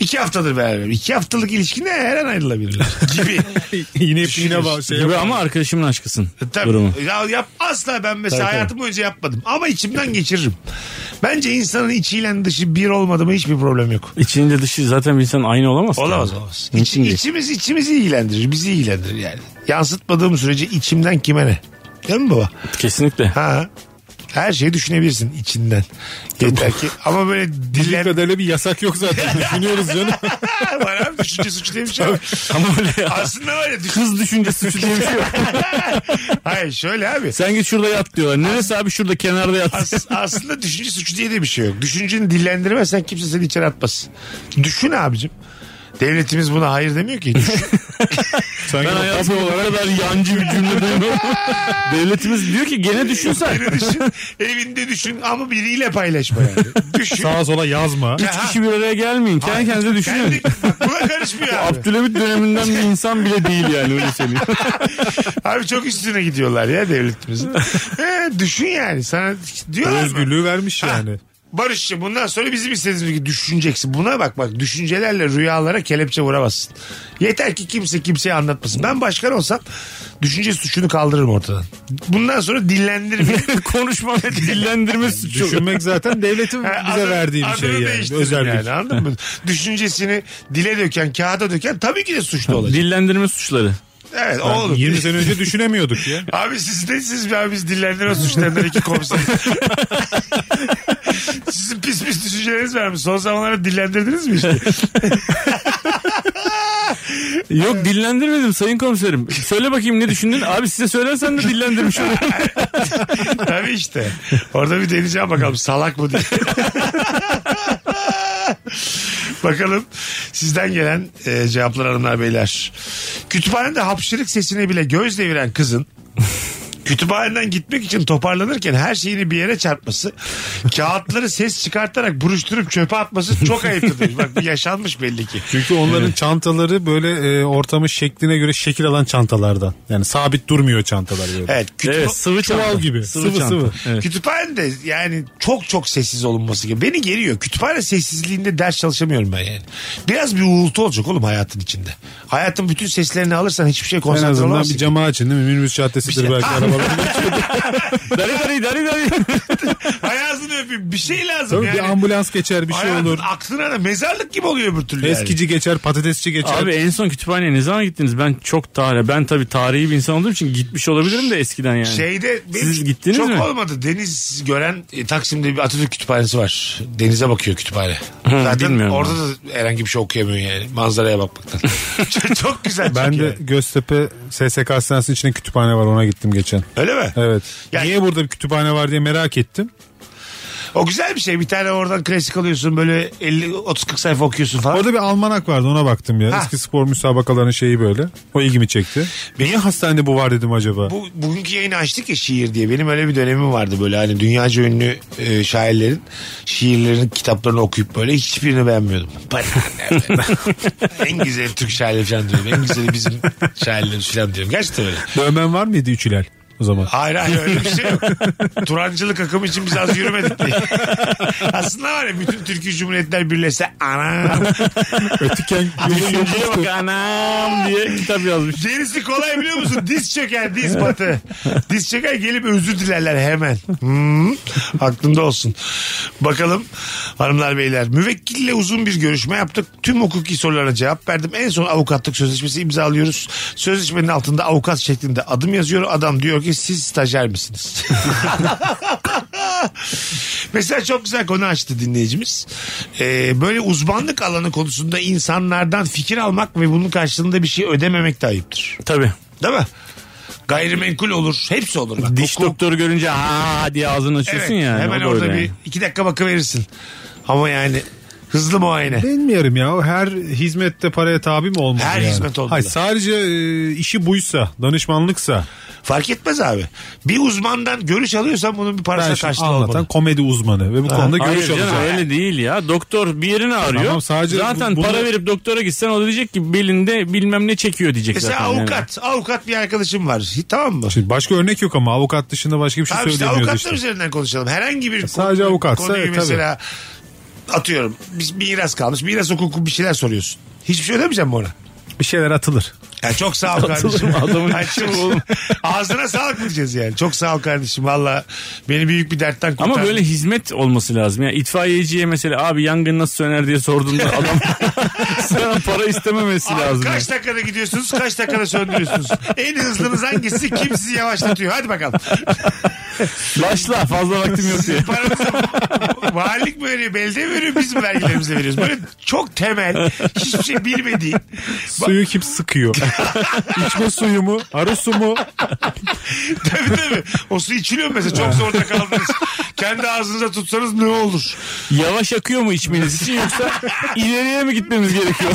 B: İki haftadır beraber. İki haftalık ilişki ne? Her an ayrılabilirler. Gibi.
C: yine
B: yine bak-
C: şey
D: Gibi ama arkadaşımın aşkısın
B: E, Tabii.
D: durumu.
B: Ya yap asla ben mesela hayatım boyunca yapmadım ama içimden geçiririm. Bence insanın içiyle dışı bir olmadı mı hiçbir problem yok.
D: İçinde dışı zaten bir insan aynı olamaz. ki.
B: Olamaz olamaz.
D: Mümkün
B: İç-
D: değil.
B: içimiz içimizi ilgilendirir. Bizi ilgilendirir yani. Yansıtmadığım sürece içimden kime ne? Değil mi baba?
D: Kesinlikle.
B: Ha. Her şeyi düşünebilirsin içinden. Yeter ki ama böyle
C: Bildiğim
B: dillen...
C: kadarıyla bir yasak yok zaten. Düşünüyoruz canım.
B: var abi düşünce suçu diye bir şey var.
D: Ama öyle ya.
B: Aslında var ya düşün...
D: Kız düşüncesi suçu diye bir şey yok.
B: Hayır şöyle abi.
D: Sen git şurada yat diyorlar. Neresi abi şurada kenarda yat.
B: As- aslında düşünce suçu diye de bir şey yok. Düşünceni dillendirmezsen kimse seni içeri atmaz. Düşün abicim. Devletimiz buna hayır demiyor ki. Düşün.
D: ben hayatım olarak kadar yancı bir cümle duymadım. Devletimiz diyor ki gene düşünsen.
B: Beni düşün. Evinde düşün ama biriyle paylaşma yani. Düşün.
C: Sağa sola yazma.
B: Ha.
D: Üç kişi bir araya gelmeyin. Kendi kendinize düşünün.
B: Kendi- bak buna karışmıyor abi.
D: Abdülhamit döneminden bir insan bile değil yani öyle söyleyeyim.
B: Abi çok üstüne gidiyorlar ya devletimizin. Ee, düşün yani. Sana diyorlar mı?
C: Özgürlüğü vermiş yani.
B: Barışçı bundan sonra bizim istediğimiz gibi düşüneceksin. Buna bak bak düşüncelerle rüyalara kelepçe vuramazsın. Yeter ki kimse kimseye anlatmasın. Ben başkan olsam düşünce suçunu kaldırırım ortadan. Bundan sonra dillendirme.
D: Konuşma ve dillendirme suçu.
C: Düşünmek zaten devletin bize
B: Adını-
C: verdiği bir şey
B: adını
C: yani.
B: değiştirin
C: Özellik.
B: yani anladın mı? Düşüncesini dile döken, kağıda döken tabii ki de suçlu olacak.
D: Dillendirme suçları.
B: Evet o olur.
C: 20 sene önce düşünemiyorduk ya.
B: Abi siz de siz ya biz dillendirme suçlarından iki komiser. Sizin pis pis düşünceleriniz var mı? Son zamanlarda dillendirdiniz mi işte?
D: Yok dillendirmedim sayın komiserim. Söyle bakayım ne düşündün? Abi size söylersen de dillendirmiş olurum.
B: Tabii işte. Orada bir deneyeceğim bakalım salak mı diye. bakalım sizden gelen e, cevaplar hanımlar beyler. Kütüphanede hapşırık sesine bile göz deviren kızın kütüphaneden gitmek için toparlanırken her şeyini bir yere çarpması, kağıtları ses çıkartarak buruşturup çöpe atması çok ayıptır. Bak bu yaşanmış belli ki.
C: Çünkü onların çantaları böyle e, ortamın şekline göre şekil alan çantalardan. Yani sabit durmuyor çantalar böyle.
B: Evet, kütüp-
D: Evet sıvı çanta.
C: Çuval gibi.
D: Sıvı,
C: Sıvı
D: çanta.
C: sıvı.
D: Evet.
B: Kütüphanede yani çok çok sessiz olunması gibi. Beni geriyor. Kütüphane sessizliğinde ders çalışamıyorum ben yani. Biraz bir uğultu olacak oğlum hayatın içinde. Hayatın bütün seslerini alırsan hiçbir şey
C: En
B: konsantre
C: azından
B: olamazsın.
C: bir cama açın değil mi? Minibüs caddesidir
B: Bir şey-
C: belki
B: Ah,
C: araba
D: falan. dari dari dari dari.
B: Hay ağzını öpeyim. Bir şey lazım
C: Tabii
B: yani.
C: bir ambulans geçer bir şey
B: Hayatın
C: olur.
B: aksına da mezarlık gibi oluyor öbür türlü yani.
C: Eskici geçer patatesçi geçer.
D: Abi en son kütüphaneye ne zaman gittiniz? Ben çok tarih. Ben tabii tarihi bir insan olduğum için gitmiş olabilirim de eskiden yani.
B: Şeyde benim
D: Siz gittiniz
B: çok
D: mi?
B: olmadı. Deniz gören e, Taksim'de bir Atatürk kütüphanesi var. Denize bakıyor kütüphane.
D: Hı,
B: Zaten
D: bilmiyorum
B: orada da herhangi bir şey okuyamıyor yani. Manzaraya bakmaktan. Çok- çok güzel.
C: ben
B: çünkü
C: de
B: yani.
C: Göztepe SSK Hastanesi'nin içinde kütüphane var ona gittim geçen.
B: Öyle mi?
C: Evet.
B: Yani-
C: Niye burada bir kütüphane var diye merak ettim.
B: O güzel bir şey. Bir tane oradan klasik alıyorsun böyle 50 30 40 sayfa okuyorsun falan.
C: Orada bir almanak vardı ona baktım ya.
B: Ha.
C: Eski spor müsabakalarının şeyi böyle. O ilgimi çekti. Niye hastanede bu var dedim acaba?
B: Bu bugünkü yayını açtık ya şiir diye. Benim öyle bir dönemim vardı böyle hani dünyaca ünlü e, şairlerin şiirlerini kitaplarını okuyup böyle hiçbirini beğenmiyordum. Bana nereden? en güzel Türk şairleri falan diyorum. En güzeli bizim şairlerimiz falan diyorum. Gerçekten öyle.
C: Dövmen var mıydı Üçülal o zaman?
B: Hayır hayır öyle bir şey yok. Turancılık akımı için biz az yürümedik diye. Aslında var ya bütün Türkiye Cumhuriyetler birleşse anam.
C: Ötüken yolu
D: Üçüncüye bak anam diye kitap yazmış.
B: Gerisi kolay biliyor musun? Diz çöker diz batı. Diz çöker gelip özür dilerler hemen. Hmm, aklında olsun. Bakalım hanımlar beyler. Müvekkille uzun bir görüşme yaptık. Tüm hukuki sorulara cevap verdim. En son avukatlık sözleşmesi imzalıyoruz. Sözleşmenin altında avukat şeklinde adım yazıyor. Adam diyor ki siz stajyer misiniz? Mesela çok güzel konu açtı dinleyicimiz. Ee, böyle uzmanlık alanı konusunda insanlardan fikir almak ve bunun karşılığında bir şey ödememek de ayıptır.
D: Tabii.
B: Değil mi? Gayrimenkul olur. Hepsi olur. Bak,
D: Diş
B: hukuk-
D: doktoru görünce ha diye ağzını
B: Evet,
D: açıyorsun yani.
B: Hemen
D: O da
B: orada
D: öyle
B: bir
D: yani.
B: iki dakika bakıverirsin. Ama yani hızlı muayene.
C: Bilmiyorum ya. O Her hizmette paraya tabi mi olmalı?
B: Her
C: yani?
B: hizmet olmalı.
C: Hayır, sadece e, işi buysa, danışmanlıksa.
B: Fark etmez abi. Bir uzmandan görüş alıyorsan bunun bir
C: Ben
B: parasına
C: şimdi
B: karşılığı
C: anlatan
B: olmalı.
C: komedi uzmanı ve bu konuda
D: Hayır
C: görüş
D: canım
C: alacak.
D: öyle değil ya. Doktor bir yerini arıyor.
C: Tamam, sadece
D: zaten
C: bu- bunu-
D: para verip doktora gitsen o da diyecek ki belinde bilmem ne çekiyor diyecek
B: Mesela
D: zaten. yani.
B: avukat. Avukat bir arkadaşım var. Hi- Tamam mı?
C: Şimdi başka örnek yok ama avukat dışında başka bir şey
B: Abi işte
C: söyleyemiyoruz
B: avukatlar
C: işte. E,
B: üzerinden konuşalım. Herhangi bir
C: sadece
B: konu-
C: avukatsa,
B: konuyu
C: evet,
B: mesela atıyorum. Biz miras kalmış. Miras hukuku bir şeyler soruyorsun. Hiçbir şey ödemeyeceğim mi ona?
C: Bir şeyler atılır.
B: Ya çok sağ ol kardeşim.
D: adamın
B: Ay çok- Ağzına sağlık mı diyeceğiz yani. Çok sağ ol kardeşim valla. Beni büyük bir dertten kurtardın.
D: Ama böyle hizmet olması lazım. Ya itfaiyeciye mesela abi yangın nasıl söner diye sorduğunda adam sana para istememesi
B: Abi
D: lazım.
B: kaç dakikada gidiyorsunuz kaç dakikada söndürüyorsunuz. en hızlınız hangisi kim sizi yavaşlatıyor. Hadi bakalım.
D: Başla fazla vaktim yok diye.
B: Sizin paranızı valilik mi veriyor belediye mi veriyor biz mi vergilerimizi veriyoruz. Böyle çok temel hiçbir şey bilmediğin.
C: Suyu kim sıkıyor? İçme suyu mu? Arı su mu?
B: tabii tabii. O su içiliyor mu mesela çok zorda kaldınız. Kendi ağzınıza tutsanız ne olur.
D: Yavaş akıyor mu içmeniz için yoksa ileriye mi gitmemiz gerekiyor?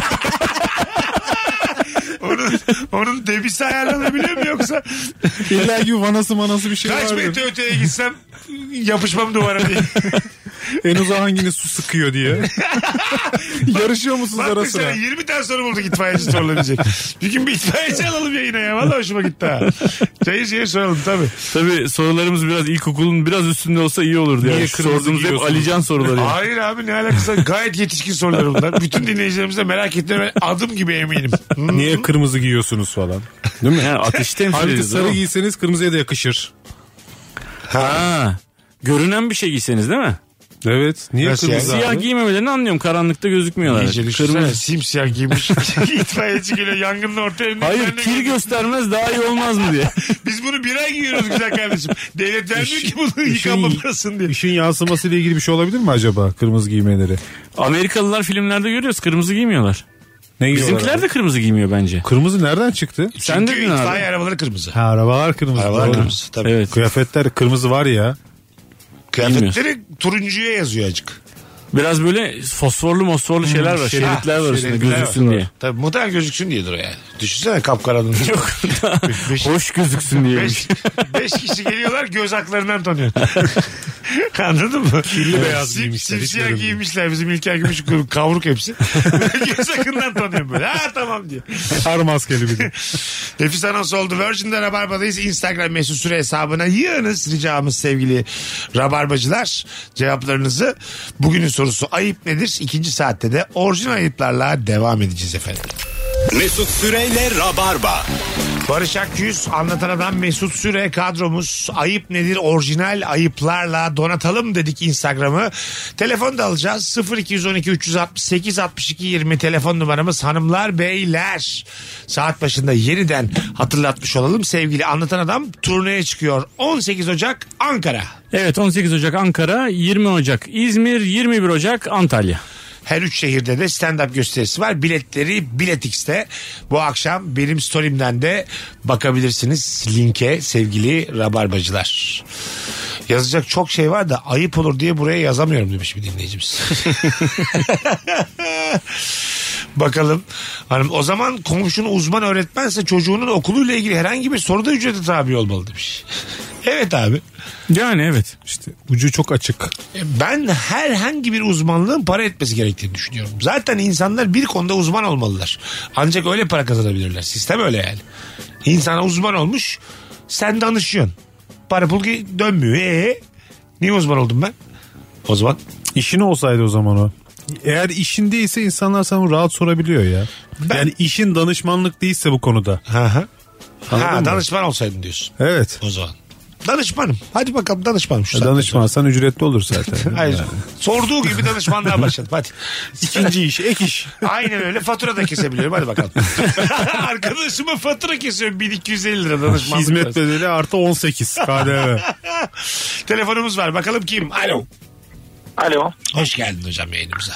B: Onun, onun debisi ayarlanabiliyor mu yoksa
C: İlla gibi vanası manası bir şey
B: Kaç
C: vardır.
B: metre öteye gitsem yapışmam duvara diye.
C: En uzağa hanginiz su sıkıyor diye. Yarışıyor musunuz
B: Bak şey-
C: ara
B: mesela
C: sıra?
B: 20 tane soru bulduk itfaiyeci sorulabilecek. Bir gün bir itfaiyeci alalım yayına ya. Valla hoşuma gitti ha. Çayır çayır soralım tabii.
D: Tabii sorularımız biraz ilkokulun biraz üstünde olsa iyi olurdu. Yani.
C: Niye
D: Şu
C: kırmızı
D: Sorduğumuz hep
C: giyiyorsunuz?
D: Alican soruları. yani.
B: Hayır abi ne alakası var? Gayet yetişkin sorular bunlar. Bütün dinleyicilerimiz de merak ettiler. Adım gibi eminim. Hmm.
C: Niye kırmızı giyiyorsunuz falan?
D: Değil mi? Ha, ateş temsil
C: Halbuki
D: ediyoruz,
C: sarı
D: değil mi?
C: giyseniz kırmızıya da yakışır.
D: Ha. Görünen bir şey giyseniz değil mi?
C: Evet. Niye
B: Nasıl
C: kırmızı
B: yani?
C: abi?
D: Siyah giymemelerini anlıyorum. Karanlıkta gözükmüyorlar.
B: İyice düşünsene
D: Kırmızı.
B: simsiyah giymiş. itfaiyeci geliyor yangının ortaya. önüne
D: Hayır
B: gidenle
D: kir
B: geliyor.
D: göstermez daha iyi olmaz mı diye.
B: Biz bunu bir ay giyiyoruz güzel kardeşim. Devlet vermiyor ki bunu yıkanma parasını diye.
C: İşin yansıması ile ilgili bir şey olabilir mi acaba kırmızı giymeleri?
D: Amerikalılar filmlerde görüyoruz kırmızı giymiyorlar.
C: Ne giyiyorlar
D: Bizimkiler
C: abi?
D: de kırmızı giymiyor bence.
C: Kırmızı nereden çıktı?
D: Sen
B: Çünkü
D: dedin abi.
B: itfaiye arabaları kırmızı.
C: Ha, arabalar kırmızı.
B: Arabalar
C: Doğru.
B: kırmızı tabii.
D: Evet.
C: Kıyafetler kırmızı var ya.
B: Kıyafetleri turuncuya yazıyor acık.
D: Biraz böyle fosforlu
B: Hmm,
D: mosforlu şeyler var. Şeritler var üstünde
B: şeritler
D: gözüksün diye.
B: Tabii muhtemelen gözüksün diyedir o yani. Düşünsene kapkaranın. Yok. beş,
D: Hoş gözüksün diye.
B: beş, beş kişi geliyorlar göz haklarından tanıyor. Anladın mı? Kirli
C: beyaz giymişler, hiç
B: Simsiyah
C: görmedim.
B: giymişler bizim İlker Gümüş grubu, kavruk hepsi. göz hakkından tanıyorum böyle. Ha tamam diye.
C: Kar maskeli bir de.
B: Nefis anons oldu. Virgin'de Rabarba'dayız. Instagram mesut süre hesabına yığınız ricamız sevgili Rabarbacılar. Cevaplarınızı bugünün sorusu ayıp nedir? İkinci saatte de orijinal ayıplarla devam edeceğiz efendim.
A: Mesut Süreyle Rabarba.
B: Barış Akyüz, Anlatan Adam Mesut Süre kadromuz. Ayıp nedir? Orijinal ayıplarla donatalım dedik Instagram'ı. Telefon da alacağız. 0212 368 62 20 telefon numaramız hanımlar beyler. Saat başında yeniden hatırlatmış olalım. Sevgili Anlatan Adam turneye çıkıyor. 18 Ocak Ankara.
D: Evet 18 Ocak Ankara, 20 Ocak İzmir, 21 Ocak Antalya.
B: Her üç şehirde de stand-up gösterisi var. Biletleri Biletix'te. Bu akşam benim story'imden de bakabilirsiniz linke sevgili rabarbacılar. Yazacak çok şey var da ayıp olur diye buraya yazamıyorum demiş bir dinleyicimiz. Bakalım. Hanım o zaman komşunun uzman öğretmense çocuğunun okuluyla ilgili herhangi bir soruda ücrete tabi olmalı demiş. evet abi.
D: Yani evet.
C: İşte ucu çok açık.
B: E, Ben herhangi bir uzmanlığın para etmesi gerektiğini düşünüyorum. Zaten insanlar bir konuda uzman olmalılar. Ancak öyle para kazanabilirler. Sistem öyle yani. İnsana uzman olmuş sen danışıyorsun. Para pul ge- dönmüyor. Ee, niye uzman oldum ben? O zaman
C: İşin olsaydı o zaman o. Eğer işin değilse insanlar sana rahat sorabiliyor ya.
B: Ben-
C: Yani işin danışmanlık değilse bu konuda.
B: ha, ha.
C: Anladın
B: ha
C: mı?
B: danışman olsaydın diyorsun.
C: Evet.
B: O zaman. Danışmanım. Hadi bakalım danışmanım
C: E,
B: şu saatten sonra.
C: Danışmazsan ücretli olur zaten.
B: Hayır. Sorduğu gibi danışmanlığa başladım. Hadi.
C: İkinci iş, ek iş.
B: Aynen öyle. Fatura da kesebiliyorum. Hadi bakalım. Arkadaşıma fatura kesiyorum. 1250 lira danışmanlık.
C: Hizmet
B: parası.
C: bedeli artı 18 KDV.
B: Telefonumuz var. Bakalım kim? Alo.
F: Alo.
B: Hoş geldin hocam yayınımıza.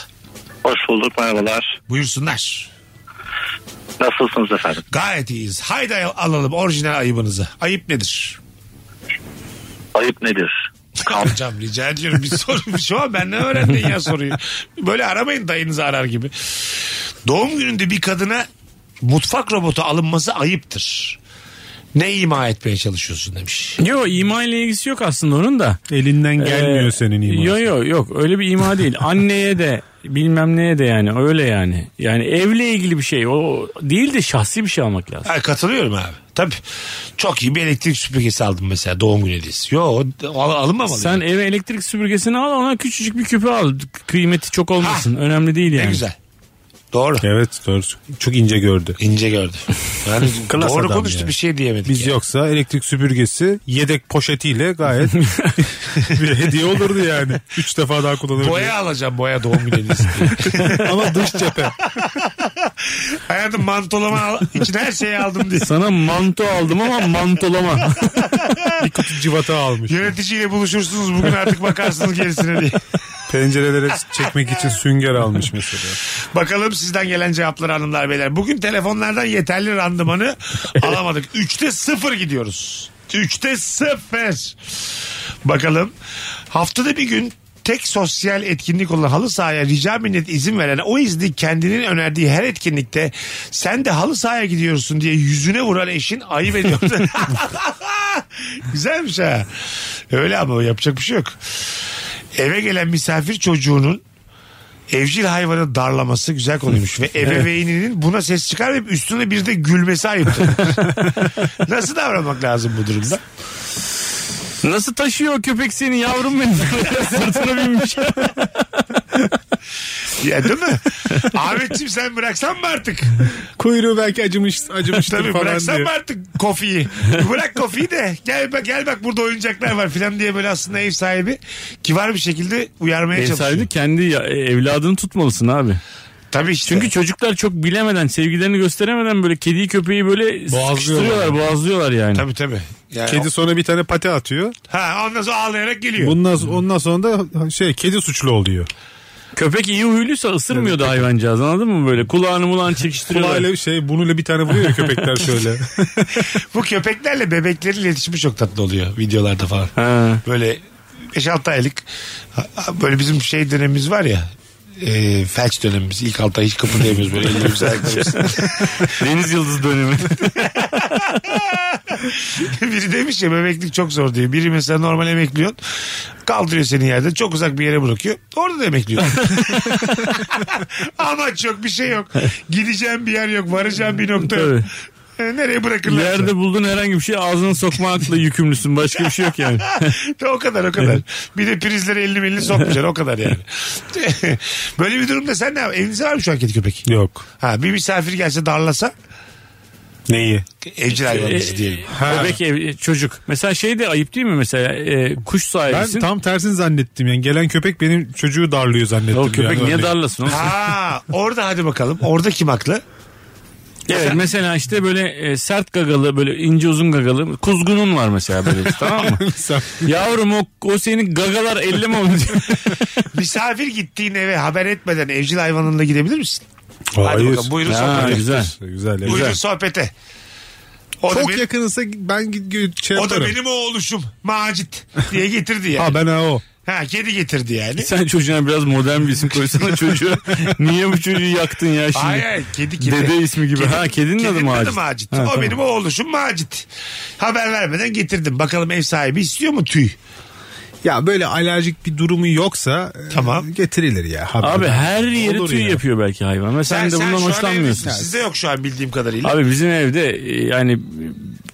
F: Hoş bulduk merhabalar.
B: Buyursunlar.
F: Nasılsınız efendim?
B: Gayet iyiyiz. Haydi alalım orijinal ayıbınızı. Ayıp nedir?
F: Ayıp nedir?
B: Hocam rica ediyorum bir soru. Şu an benden öğrendin ya soruyu. Böyle aramayın dayınızı arar gibi. Doğum gününde bir kadına mutfak robotu alınması ayıptır. Ne ima etmeye çalışıyorsun demiş.
D: Yo ima ile ilgisi yok aslında onun da.
C: Elinden gelmiyor
D: Ee,
C: senin imanın.
D: Yo yo yok öyle bir ima değil. Anneye de bilmem neye de yani öyle yani. Yani evle ilgili bir şey o değil de şahsi bir şey almak lazım.
B: Ha, katılıyorum abi. Tabii. Çok iyi bir elektrik süpürgesi aldım mesela doğum günü hediyesi. Yo al- alınmamalı.
D: Sen eve elektrik süpürgesini al ona küçücük bir küpe al. Kıymeti çok olmasın. Önemli değil
B: ne
D: yani.
B: güzel. Doğru.
C: Evet doğru. Çok ince gördü.
B: İnce gördü. Yani
C: Klas
B: doğru
C: adam
B: konuştu
C: yani.
B: bir şey diyemedik.
C: Biz
B: ya.
C: yoksa elektrik süpürgesi yedek poşetiyle gayet bir hediye olurdu yani. Üç defa daha kullanırdı.
B: Boya alacağım boya doğum günü hediyesi diye.
C: Ama dış cephe.
B: Hayatım mantolama al, içine her şeyi aldım diye.
D: Sana manto aldım ama mantolama.
C: Bir kutu civata almış.
B: Yöneticiyle buluşursunuz bugün artık bakarsınız gerisine diye.
C: Pencerelere çekmek için sünger almış mesela.
B: Bakalım sizden gelen cevapları hanımlar beyler. Bugün telefonlardan yeterli randımanı alamadık. Üçte sıfır gidiyoruz. Üçte sıfır. Bakalım haftada bir gün tek sosyal etkinlik olan halı sahaya rica minnet izin veren o izni kendinin önerdiği her etkinlikte sen de halı sahaya gidiyorsun diye yüzüne vuran eşin ayıp ediyordu. Güzelmiş ha. Öyle ama yapacak bir şey yok. Eve gelen misafir çocuğunun evcil hayvanı darlaması güzel konuymuş. Ve ebeveyninin buna ses çıkarıp üstüne bir de gülmesi ayıptır. Nasıl davranmak lazım bu durumda?
D: Nasıl taşıyor o köpek seni yavrum benim? Sırtına binmiş.
B: Ya değil mi? Ahmetciğim sen bıraksan mı artık?
C: Kuyruğu belki acımış, acımıştır
B: Tabii
C: falan
B: bıraksan
C: diye.
B: mı artık kofiyi? Bırak kofiyi de gel bak gel bak burada oyuncaklar var filan diye böyle aslında ev sahibi kibar bir şekilde uyarmaya
D: Ev
B: çalışıyor.
D: sahibi kendi ya- e, evladını tutmalısın abi.
B: Tabii işte.
D: Çünkü çocuklar çok bilemeden, sevgilerini gösteremeden böyle kediyi köpeği böyle
C: Boğazlıyorlar.
D: sıkıştırıyorlar, boğazlıyorlar yani.
B: Tabii tabii. Yani
C: Kedi sonra bir tane pati atıyor.
B: Ha, ondan sonra ağlayarak geliyor.
C: Bundan, ondan sonra da şey kedi suçlu oluyor.
D: Köpek iyi huyluysa ısırmıyor da hayvancağız anladın mı böyle? Kulağını mulan çekiştiriyorlar.
C: Kulağıyla şey bunuyla bir tane vuruyor ya köpekler şöyle.
B: Bu köpeklerle bebeklerin iletişimi çok tatlı oluyor videolarda falan.
D: Ha.
B: Böyle 5-6 aylık ha- ha- böyle bizim şey dönemimiz var ya e, felç dönemimiz. ilk altı ay hiç kıpırdayamıyoruz böyle ellerimiz ayaklarımız.
D: Deniz yıldız dönemi.
B: Biri demiş ya bebeklik çok zor diye. Biri mesela normal emekliyorsun. Kaldırıyor seni yerden. Çok uzak bir yere bırakıyor. Orada da emekliyorsun. Amaç yok bir şey yok. Gideceğim bir yer yok. Varacağım bir nokta yok. E, Nereye bırakırlar?
D: Yerde buldun herhangi bir şey ağzına sokmakla yükümlüsün. Başka bir şey yok yani.
B: o kadar o kadar. Bir de prizlere elini belini sokmayacaksın o kadar yani. Böyle bir durumda sen ne yap? Evinizde var mı şu an kedi köpek?
C: Yok.
B: Ha, bir misafir gelse darlasa
C: Neyi?
B: Evcil hayvanımız diyelim.
C: Ha.
D: Bebek ev- çocuk. Mesela şey de ayıp değil mi mesela e, kuş
C: Ben
D: sahibisin.
C: tam tersini zannettim yani gelen köpek benim çocuğu darlıyor zannettim.
D: O
C: yani.
D: köpek niye
C: Örneğin.
D: darlasın? oğlum?
B: Ha, orada hadi bakalım. Orada kim haklı?
D: Evet mesela işte böyle e, sert gagalı böyle ince uzun gagalı kuzgunun var mesela böyle tamam mı?
C: Sen-
D: Yavrum o, o senin gagalar elleme onu diyor.
B: Misafir gittiğin eve haber etmeden evcil hayvanınla gidebilir misin? Hadi bakalım buyurun
D: Ha,
B: sohbete.
D: güzel.
C: Güzel.
B: Buyurun
C: güzel.
B: sohbete. O da,
C: Çok
B: benim,
C: yakınsa ben git gö- şey
B: o da
C: yaparım.
B: benim oğluşum Macit diye getirdi yani.
C: Ha ben ha o.
B: Ha kedi getirdi yani.
D: Sen çocuğuna biraz modern bir isim koysana çocuğa. Niye bu çocuğu yaktın ya şimdi?
B: Hayır hayır, kedi kedi.
D: Dede ismi gibi. Ha, kedinin adı Macit.
B: Macit. o benim oğluşum Macit. Haber vermeden getirdim. Bakalım ev sahibi istiyor mu tüy?
C: Ya böyle alerjik bir durumu yoksa e,
B: Tamam.
C: getirilir ya. haber.
D: Abi her yeri
C: Olur
D: tüy
C: ya.
D: yapıyor belki hayvan. Ve sen, de bundan
B: şu an evlisin.
D: hoşlanmıyorsun.
B: Sizde yok şu an bildiğim kadarıyla.
D: Abi bizim evde e, yani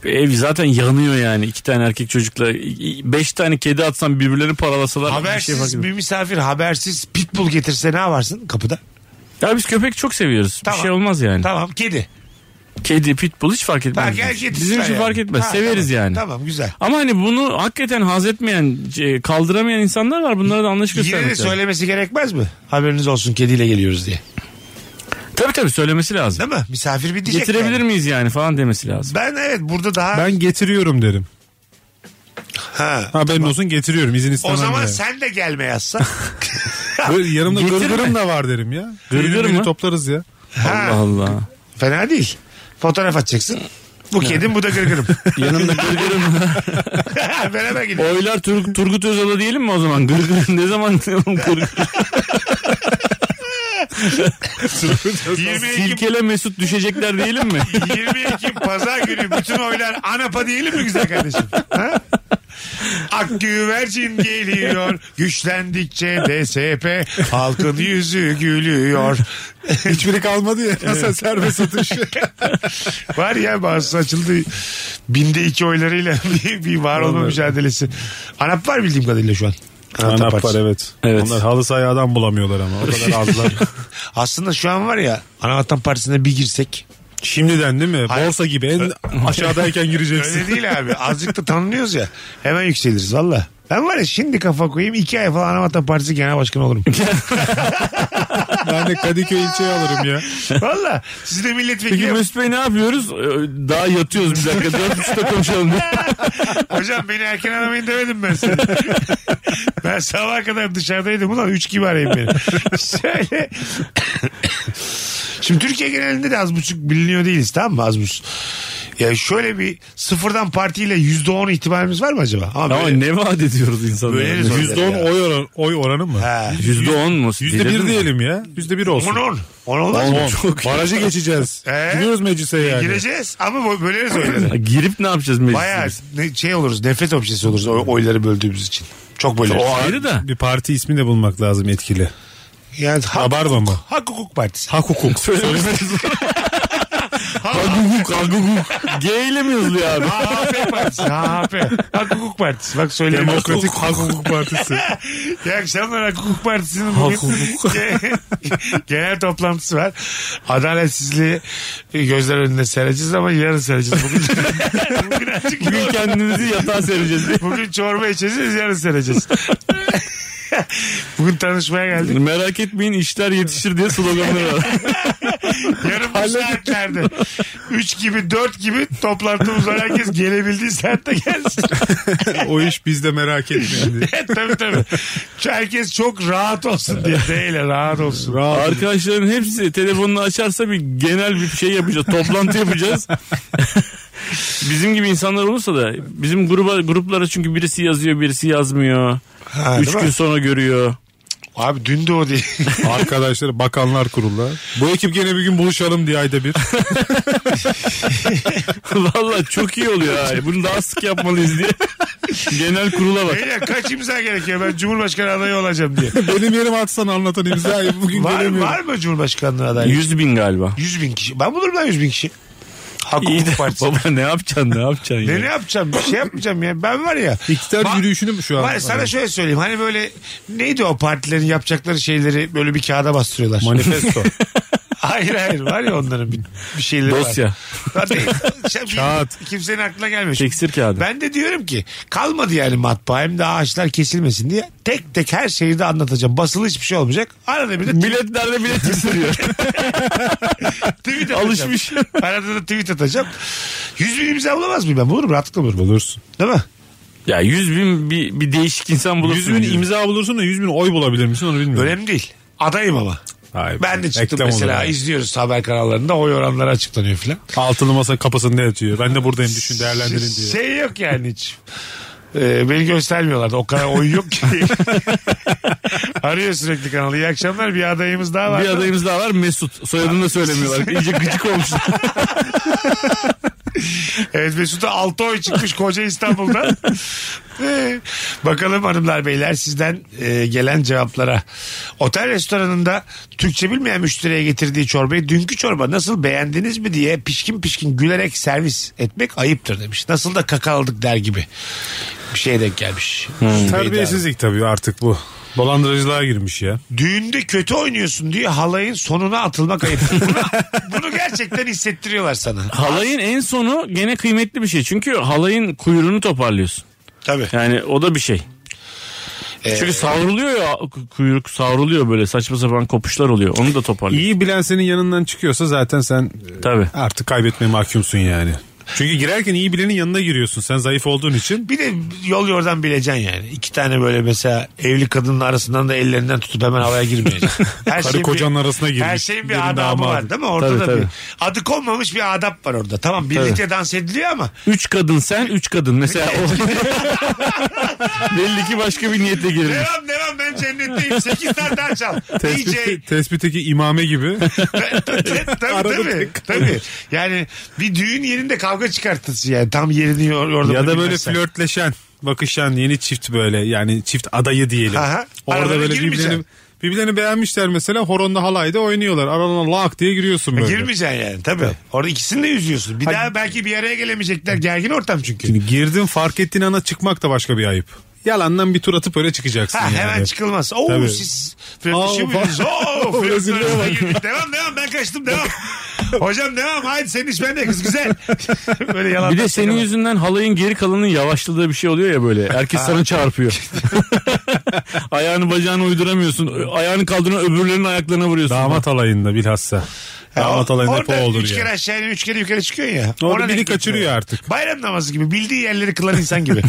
D: e, ev zaten yanıyor yani. iki tane erkek çocukla i- i- beş tane kedi atsan birbirlerini paralasalar bir şey fark
B: habersiz bir,
D: etmez.
B: misafir habersiz pitbull getirse ne yaparsın kapıda?
D: Ya biz köpek çok seviyoruz.
B: Tamam.
D: Bir şey olmaz yani.
B: Tamam kedi.
D: Kedi, pitbull hiç fark etmez.
B: Ha, gel getir
D: bizim için
B: yani.
D: fark etmez.
B: Ha,
D: Severiz
B: tamam.
D: yani.
B: Tamam güzel.
D: Ama hani bunu hakikaten haz etmeyen, e, kaldıramayan insanlar var. Bunlara da anlayış
B: Yine de
D: göstermek lazım.
B: söylemesi gerekmez mi? Haberiniz olsun kediyle geliyoruz diye.
D: Tabii tabii söylemesi lazım.
B: Değil mi? Misafir bir diyecek.
D: Getirebilir
B: yani.
D: miyiz yani falan demesi lazım.
B: Ben evet burada daha...
C: Ben getiriyorum derim.
B: ha.
C: Haberin olsun getiriyorum izin istemem.
B: O zaman
C: yani.
B: sen de gelme yazsan.
C: Böyle yanımda
D: Getirme.
C: gırgırım da var derim ya.
D: Gırgır
C: Gırgır
D: mı?
C: toplarız ya.
B: Ha.
D: Allah Allah.
B: Fena değil. Fotoğraf atacaksın. Bu kedim bu da gırgırım.
D: Yanımda gırgırım.
B: Beraber gidelim.
D: Oylar Tur- Turgut Özal'a diyelim mi o zaman? Gırgır ne zaman gırgır?
B: 20 Ekim,
D: Silkele Mesut düşecekler diyelim mi?
B: 20 Ekim pazar günü bütün oylar ANAP'a diyelim mi güzel kardeşim? Ha? Ak güvercin geliyor güçlendikçe DSP halkın yüzü gülüyor.
C: Hiçbiri kalmadı ya. Mesela serbest atış.
B: Var ya bazısı açıldı binde iki oylarıyla bir, bir var olma
C: Vallahi.
B: mücadelesi. ANAP var bildiğim kadarıyla şu an. ANAP
C: Anap var
B: Partisi.
C: evet.
D: Evet.
C: Onlar halı sahayı adam bulamıyorlar ama. O kadar azlar.
B: Aslında şu an var ya Anavatan Partisi'ne bir girsek.
C: Şimdiden değil mi?
B: Hayır.
C: Borsa gibi en aşağıdayken gireceksin.
B: Öyle değil abi. Azıcık da tanınıyoruz ya. Hemen yükseliriz valla. Ben var ya şimdi kafa koyayım iki ay falan Anavatan Partisi Genel Başkanı olurum.
C: ben de Kadıköy ilçeye alırım ya.
B: valla. Siz de
D: Peki
B: milletvekili
D: Mesut Bey ne yapıyoruz? Ee, Daha yatıyoruz bir dakika. Dört buçukta konuşalım. diye.
B: Hocam beni erken aramayın demedim ben size. ben sabah kadar dışarıdaydım. Ulan üç gibi arayın beni. Şöyle. Şimdi Türkiye genelinde de az buçuk biliniyor değiliz tamam mı az buçuk? Ya şöyle bir sıfırdan partiyle yüzde on ihtimalimiz var mı acaba? Ama
D: Ama
B: böyle-
D: ne vaat ediyoruz insanlara?
B: Böleriz onu.
C: %10 oy, oran, oy oranı mı?
B: Ha.
D: Yüzde on mu?
C: Yüzde
D: Delirdin
C: bir
D: mi?
C: diyelim ya. Yüzde bir olsun.
B: On on. On olmaz mı?
C: On. Barajı geçeceğiz.
B: Ee?
C: Gidiyoruz meclise yani.
B: Gireceğiz ama bö- böleriz oyları.
D: Ha, Girip ne yapacağız mecliste?
B: Baya
D: biz?
B: ne, şey oluruz nefret objesi oluruz oy- oyları böldüğümüz için. Çok böleriz.
D: O ayrı da.
C: Bir parti ismi de bulmak lazım etkili.
B: Yani hak,
C: Rabarba mı?
B: hak hukuk partisi.
C: Hak hukuk.
D: Aguguk aguguk. G ile mi yazılıyor abi?
B: AHP partisi. AHP. Hak hukuk partisi. Bak söyleyeyim.
C: Demokratik Hak Hukuk Partisi.
B: İyi akşamlar Hak Hukuk Partisi'nin bugün genel toplantısı var. Adaletsizliği gözler önünde sereceğiz ama yarın sereceğiz. Bugün, bugün azıcık
D: Bugün kendimizi yatağa sereceğiz diye.
B: Bugün çorba içeceğiz yarın sereceğiz. Bugün tanışmaya geldik.
D: Merak etmeyin işler yetişir diye sloganları var.
B: Yarın bu saatlerde. 3 gibi 4 gibi toplantımız var. Herkes gelebildiği saatte gelsin.
C: o iş bizde merak etmeyin. diye.
B: tabii tabii. Herkes çok rahat olsun diye. Değil rahat olsun.
D: Arkadaşların hepsi telefonunu açarsa bir genel bir şey yapacağız. Toplantı yapacağız. bizim gibi insanlar olursa da bizim gruba, gruplara çünkü birisi yazıyor birisi yazmıyor.
B: Ha,
D: Üç
B: değil
D: gün
B: mi?
D: sonra görüyor.
B: Abi dün de o değil.
C: Arkadaşlar bakanlar kurullar. Bu ekip gene bir gün buluşalım diye ayda bir.
D: Valla çok iyi oluyor ha. Bunu daha sık yapmalıyız diye. Genel kurula bak.
B: Beyler kaç imza gerekiyor ben Cumhurbaşkanı adayı olacağım diye.
C: Benim yerime atsan anlatan imzayı bugün
B: Var,
C: gelemiyorum.
B: var mı Cumhurbaşkanlığı adayı?
D: 100 bin galiba.
B: 100 bin kişi. Ben bulurum lan 100 bin kişi. Hak
D: İyi de
B: hukuk partisi.
D: baba ne yapacaksın ne yapacaksın
B: Ne, ne
D: ya.
B: yapacağım? Bir şey yapmayacağım ya. Ben var ya.
C: İktidar
B: Ba-
C: yürüyüşünü mü şu an?
B: Var ya, sana şöyle söyleyeyim. Hani böyle neydi o partilerin yapacakları şeyleri böyle bir kağıda bastırıyorlar.
C: Manifesto.
B: Hayır hayır var ya onların bir, bir şeyleri var.
D: Dosya.
B: Hadi, sen bir-
C: Kağıt.
B: Kimsenin aklına gelmiyor.
D: Teksir kağıdı.
B: Ben de diyorum ki kalmadı yani matbaa hem de ağaçlar kesilmesin diye tek tek her şeyi de anlatacağım. Basılı hiçbir şey olmayacak. Arada bir de
D: Biletlerde bilet gösteriyor.
B: tweet atacağım.
D: Alışmış.
B: Arada da tweet atacağım. 100 bin imza bulamaz mıyım ben? Bulurum rahatlıkla bulurum.
C: Bulursun.
B: Değil mi?
D: ya 100 bin bir, bir değişik insan bulursun.
C: 100 bin
D: diyor.
C: imza bulursun da 100 bin oy bulabilir misin onu bilmiyorum.
B: Önemli değil. Adayım ama.
C: Hayır,
B: Ben de çıktım
C: reklam
B: mesela
C: olur yani.
B: izliyoruz haber kanallarında oy oranları açıklanıyor filan.
C: Altılı masa kapısında yatıyor. Ben de buradayım düşün değerlendirin diye.
B: Şey yok yani hiç. Ee, beni göstermiyorlardı. O kadar oy yok ki. Arıyor sürekli kanalı. İyi akşamlar. Bir adayımız daha var.
D: Bir adayımız daha var Mesut. Soyadını da söylemiyorlar. İyice gıcık olmuşlar.
B: Evet Mesut'a 6 oy çıkmış koca İstanbul'da. Ee, Bakalım hanımlar beyler sizden e, gelen cevaplara. Otel restoranında Türkçe bilmeyen müşteriye getirdiği çorbayı dünkü çorba nasıl beğendiniz mi diye pişkin pişkin gülerek servis etmek ayıptır demiş. Nasıl da kakaladık der gibi. Bir şeye denk gelmiş.
C: Terbiyesizlik tabii artık bu. Dolandırıcılığa girmiş ya.
B: Düğünde kötü oynuyorsun diye halayın sonuna atılmak ayıptır. Bunu, bunu gerçekten hissettiriyorlar sana.
D: Halayın en sonu gene kıymetli bir şey. Çünkü halayın kuyruğunu toparlıyorsun.
B: Tabii.
D: Yani o da bir şey. Çünkü savruluyor ya ku- kuyruk savruluyor böyle saçma sapan kopuşlar oluyor. Onu da toparlıyor.
C: İyi bilen senin yanından çıkıyorsa zaten sen e,
D: Tabii.
C: artık kaybetmeye mahkumsun yani. Çünkü girerken iyi bilenin yanına giriyorsun. Sen zayıf olduğun için.
B: Bir de yol yordan bileceksin yani. İki tane böyle mesela evli kadının arasından da ellerinden tutup hemen havaya girmeyeceksin. Her
C: Karı kocanın arasına girmiş.
B: Her şeyin
C: Birinin
B: bir adabı
C: damadı.
B: var değil mi? Orada
D: Tabii,
B: da
D: tabii.
B: bir adı konmamış bir adap var orada. Tamam birlikte dans ediliyor ama
D: Üç kadın sen üç kadın. Mesela o. Belli ki başka bir niyetle girilmiş.
B: devam devam ben cennetteyim. Sekiz tane daha çal. DJ.
C: Tespiti, tespitteki imame gibi.
B: tabii
C: Arada
B: tabii.
C: tek-
B: tabii. Yani bir düğün yerinde kavga çıkartırsın yani. Tam yerini yor- yordan
C: ya da böyle
B: bilmezsen.
C: flörtleşen, bakışan yeni çift böyle yani çift adayı diyelim.
B: Aha. Arada
C: Orada
B: bir
C: böyle birbirlerini,
B: girmeyeceksin.
C: birbirlerini beğenmişler mesela horonda halayda oynuyorlar. Aralarına lak diye
B: E,
C: giriyorsun böyle.
B: Girmeyeceksin yani tabii. Orada ikisini de üzüyorsun. Bir daha belki bir araya gelemeyecekler. Gergin ortam çünkü.
C: Şimdi girdin fark ettiğin ana çıkmak da başka bir ayıp. Yalandan bir tur atıp öyle çıkacaksın.
B: Ha,
C: yani.
B: hemen çıkılmaz. Oo
C: Tabii.
B: siz flörtleşiyor
C: Aa,
B: muydunuz?
C: bak-
B: Oo
C: Brezilya'ya
B: flörtleşmeye
C: bak.
B: girdik. Devam devam ben kaçtım devam. Hocam devam haydi senin iş bende kız güzel. Böyle yalan.
D: Bir de senin yüzünden halayın geri kalanının yavaşladığı bir şey oluyor ya böyle. Herkes sana çarpıyor. Ayağını bacağını uyduramıyorsun. Ayağını kaldırın öbürlerinin ayaklarına vuruyorsun.
C: Damat alayında bilhassa. Damat alayında hep o
B: Orada
C: olur
B: üç kere
C: ya.
B: aşağı iniyor, üç kere yukarı çıkıyorsun ya.
C: Orada
B: Ona
C: biri
B: denk
C: kaçırıyor
B: getiriyor.
C: artık.
B: Bayram namazı gibi bildiği yerleri kılan insan gibi.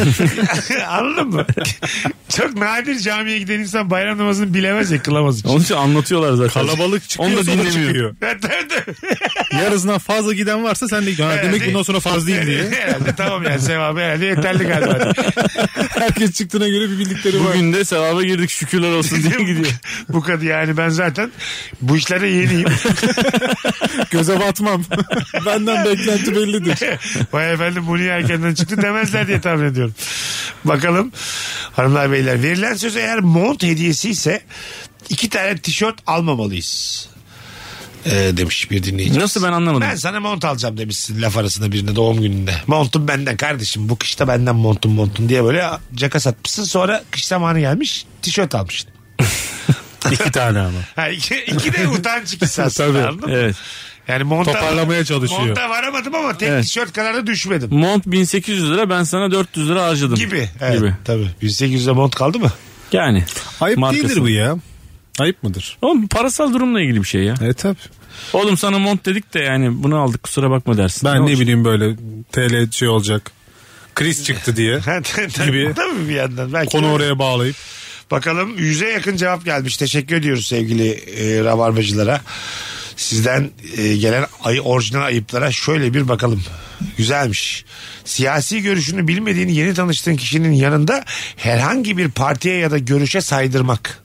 B: Anladın mı? Çok nadir camiye giden insan bayram namazını bilemez ya kılamaz hiç.
D: Onun için anlatıyorlar zaten.
C: Kalabalık çıkıyor
D: Onu da
C: sonra
D: dinlemiyor.
C: çıkıyor.
B: Evet, evet, evet.
C: Yarısından fazla giden varsa sen de "Ha, demek ki bundan sonra fazla değil diye.
B: Herhalde tamam yani sevabı herhalde yeterli galiba.
C: Herkes çıktığına göre bir bildikleri var.
D: Bugün de sevaba girdik şükürler olsun diye gidiyor.
B: bu kadar yani ben zaten bu işlere yeniyim.
C: Göze batmam. Benden beklenti bellidir.
B: Vay efendim bu niye erkenden çıktı demezler diye tahmin ediyorum. Bakalım hanımlar beyler verilen söz eğer mont hediyesi ise iki tane tişört almamalıyız. Ee, demiş bir dinleyici.
D: Nasıl ben anlamadım.
B: Ben sana mont alacağım demişsin laf arasında birine doğum gününde. Montum benden kardeşim bu kışta benden montum montum diye böyle caka satmışsın sonra kış zamanı gelmiş tişört almışsın.
C: İki tane ama.
B: Ha, iki, iki de utanç ikisi aslında
C: Tabii,
B: anladın mı?
D: Evet.
B: Yani monta,
C: Toparlamaya çalışıyor. Hmm.
B: Monta varamadım ama tek
D: Evet.
B: tişört kadar da düşmedim.
D: Mont 1800 lira ben sana 400 lira harcadım.
B: Gibi. Evet,
D: Gibi.
B: Tabii. 1800'de mont kaldı mı?
D: Yani.
C: Ayıp
D: Markası.
C: değildir bu ya. Ayıp mıdır?
D: Oğlum parasal durumla ilgili bir şey ya.
C: Evet E, tabii.
D: Oğlum sana mont dedik de yani bunu aldık kusura bakma dersin.
C: Ben ne
D: olacak?
C: bileyim böyle TL şey olacak. Kriz çıktı diye.
B: Gibi.
C: Gibi.
B: Tabii bir yandan. Belki
C: Konu oraya bağlayıp.
B: Bakalım yüze yakın cevap gelmiş. Teşekkür ediyoruz sevgili e, rabarbacılara. Sizden e, gelen ay, orijinal ayıplara şöyle bir bakalım. Güzelmiş. Siyasi görüşünü bilmediğin yeni tanıştığın kişinin yanında herhangi bir partiye ya da görüşe saydırmak.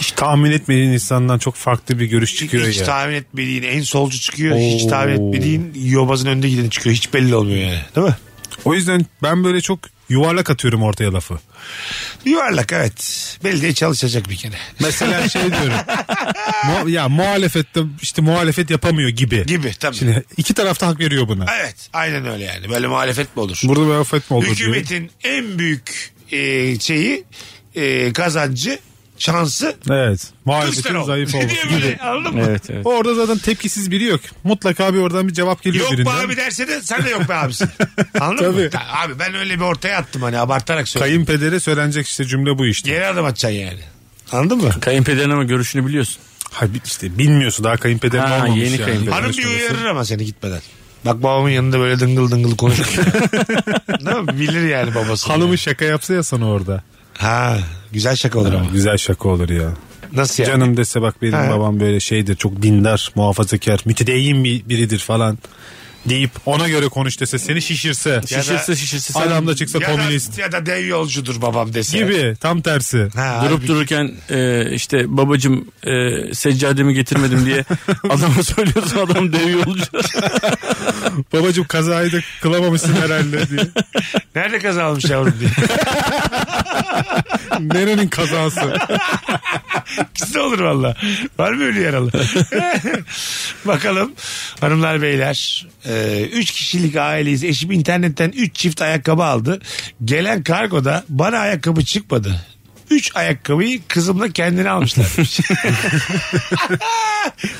C: Hiç tahmin etmediğin insandan çok farklı bir görüş çıkıyor
B: hiç
C: ya.
B: tahmin etmediğin en solcu çıkıyor. Hiç
C: Oo.
B: tahmin etmediğin yobazın önde gideni çıkıyor. Hiç belli olmuyor yani. Değil mi?
C: o yüzden ben böyle çok yuvarlak atıyorum ortaya lafı.
B: Yuvarlak evet. Belediye çalışacak bir kere.
C: Mesela şey diyorum. Mu- ya muhalefette işte muhalefet yapamıyor gibi.
B: Gibi tabii.
C: Şimdi iki tarafta hak veriyor buna.
B: Evet aynen öyle yani. Böyle muhalefet mi olur?
C: Burada muhalefet mi olur diye.
B: Hükümetin en büyük e, şeyi e, kazancı şansı
C: Evet.
B: Kılıçdaroğlu.
C: Muhalefetin zayıf olması
B: Diye böyle,
C: gibi.
B: Anladın mı?
D: Evet evet.
C: Orada zaten tepkisiz biri yok. Mutlaka bir oradan bir cevap geliyor
B: Yok be
C: birinden.
B: abi derse de sen de yok be abisin. Anladın mı?
C: Tabii.
B: Ta- Abi ben öyle bir ortaya attım hani abartarak söyledim.
C: Kayınpedere söylenecek işte cümle bu işte.
B: Geri adım atacaksın yani. Anladın mı?
D: Kayınpederin ama görüşünü biliyorsun.
C: Hayır işte bilmiyorsun daha kayınpederin
D: Ha,
C: olmamış
D: yeni
C: yani.
D: kayınpeder.
B: Hanım bir
C: Konuşması.
B: uyarır ama seni gitmeden. Bak babamın yanında böyle dıngıl dıngıl konuşuyor. Değil mi? Bilir yani babası.
C: Hanımı şaka yapsa ya sana orada.
B: Ha, güzel şaka olur ama.
C: Güzel şaka olur ya.
B: Nasıl yani?
C: Canım dese bak benim
B: Ha.
C: babam böyle şeydir çok dindar, muhafazakar, mütedeyyin bir biridir falan deyip ona göre konuş dese seni şişirse.
D: Şişirse şişirse sen
C: Adam da çıksa
B: ya
C: komünist
B: Da, ya da dev yolcudur babam dese.
C: gibi tam tersi.
B: Ha,
D: durup
B: abi.
D: dururken e, işte babacım e, seccademi getirmedim diye adama söylüyorsun adam dev yolcu.
C: Babacım kazayı da kılamamışsın herhalde diye.
B: Nerede kaza almış yavrum diye.
C: Nerenin kazası?
B: Güzel olur valla. Var mı ölü yaralı? Bakalım hanımlar beyler. Ee, üç kişilik aileyiz. Eşim internetten üç çift ayakkabı aldı. Gelen kargoda bana ayakkabı çıkmadı. Üç ayakkabıyı kızımla kendine almışlar.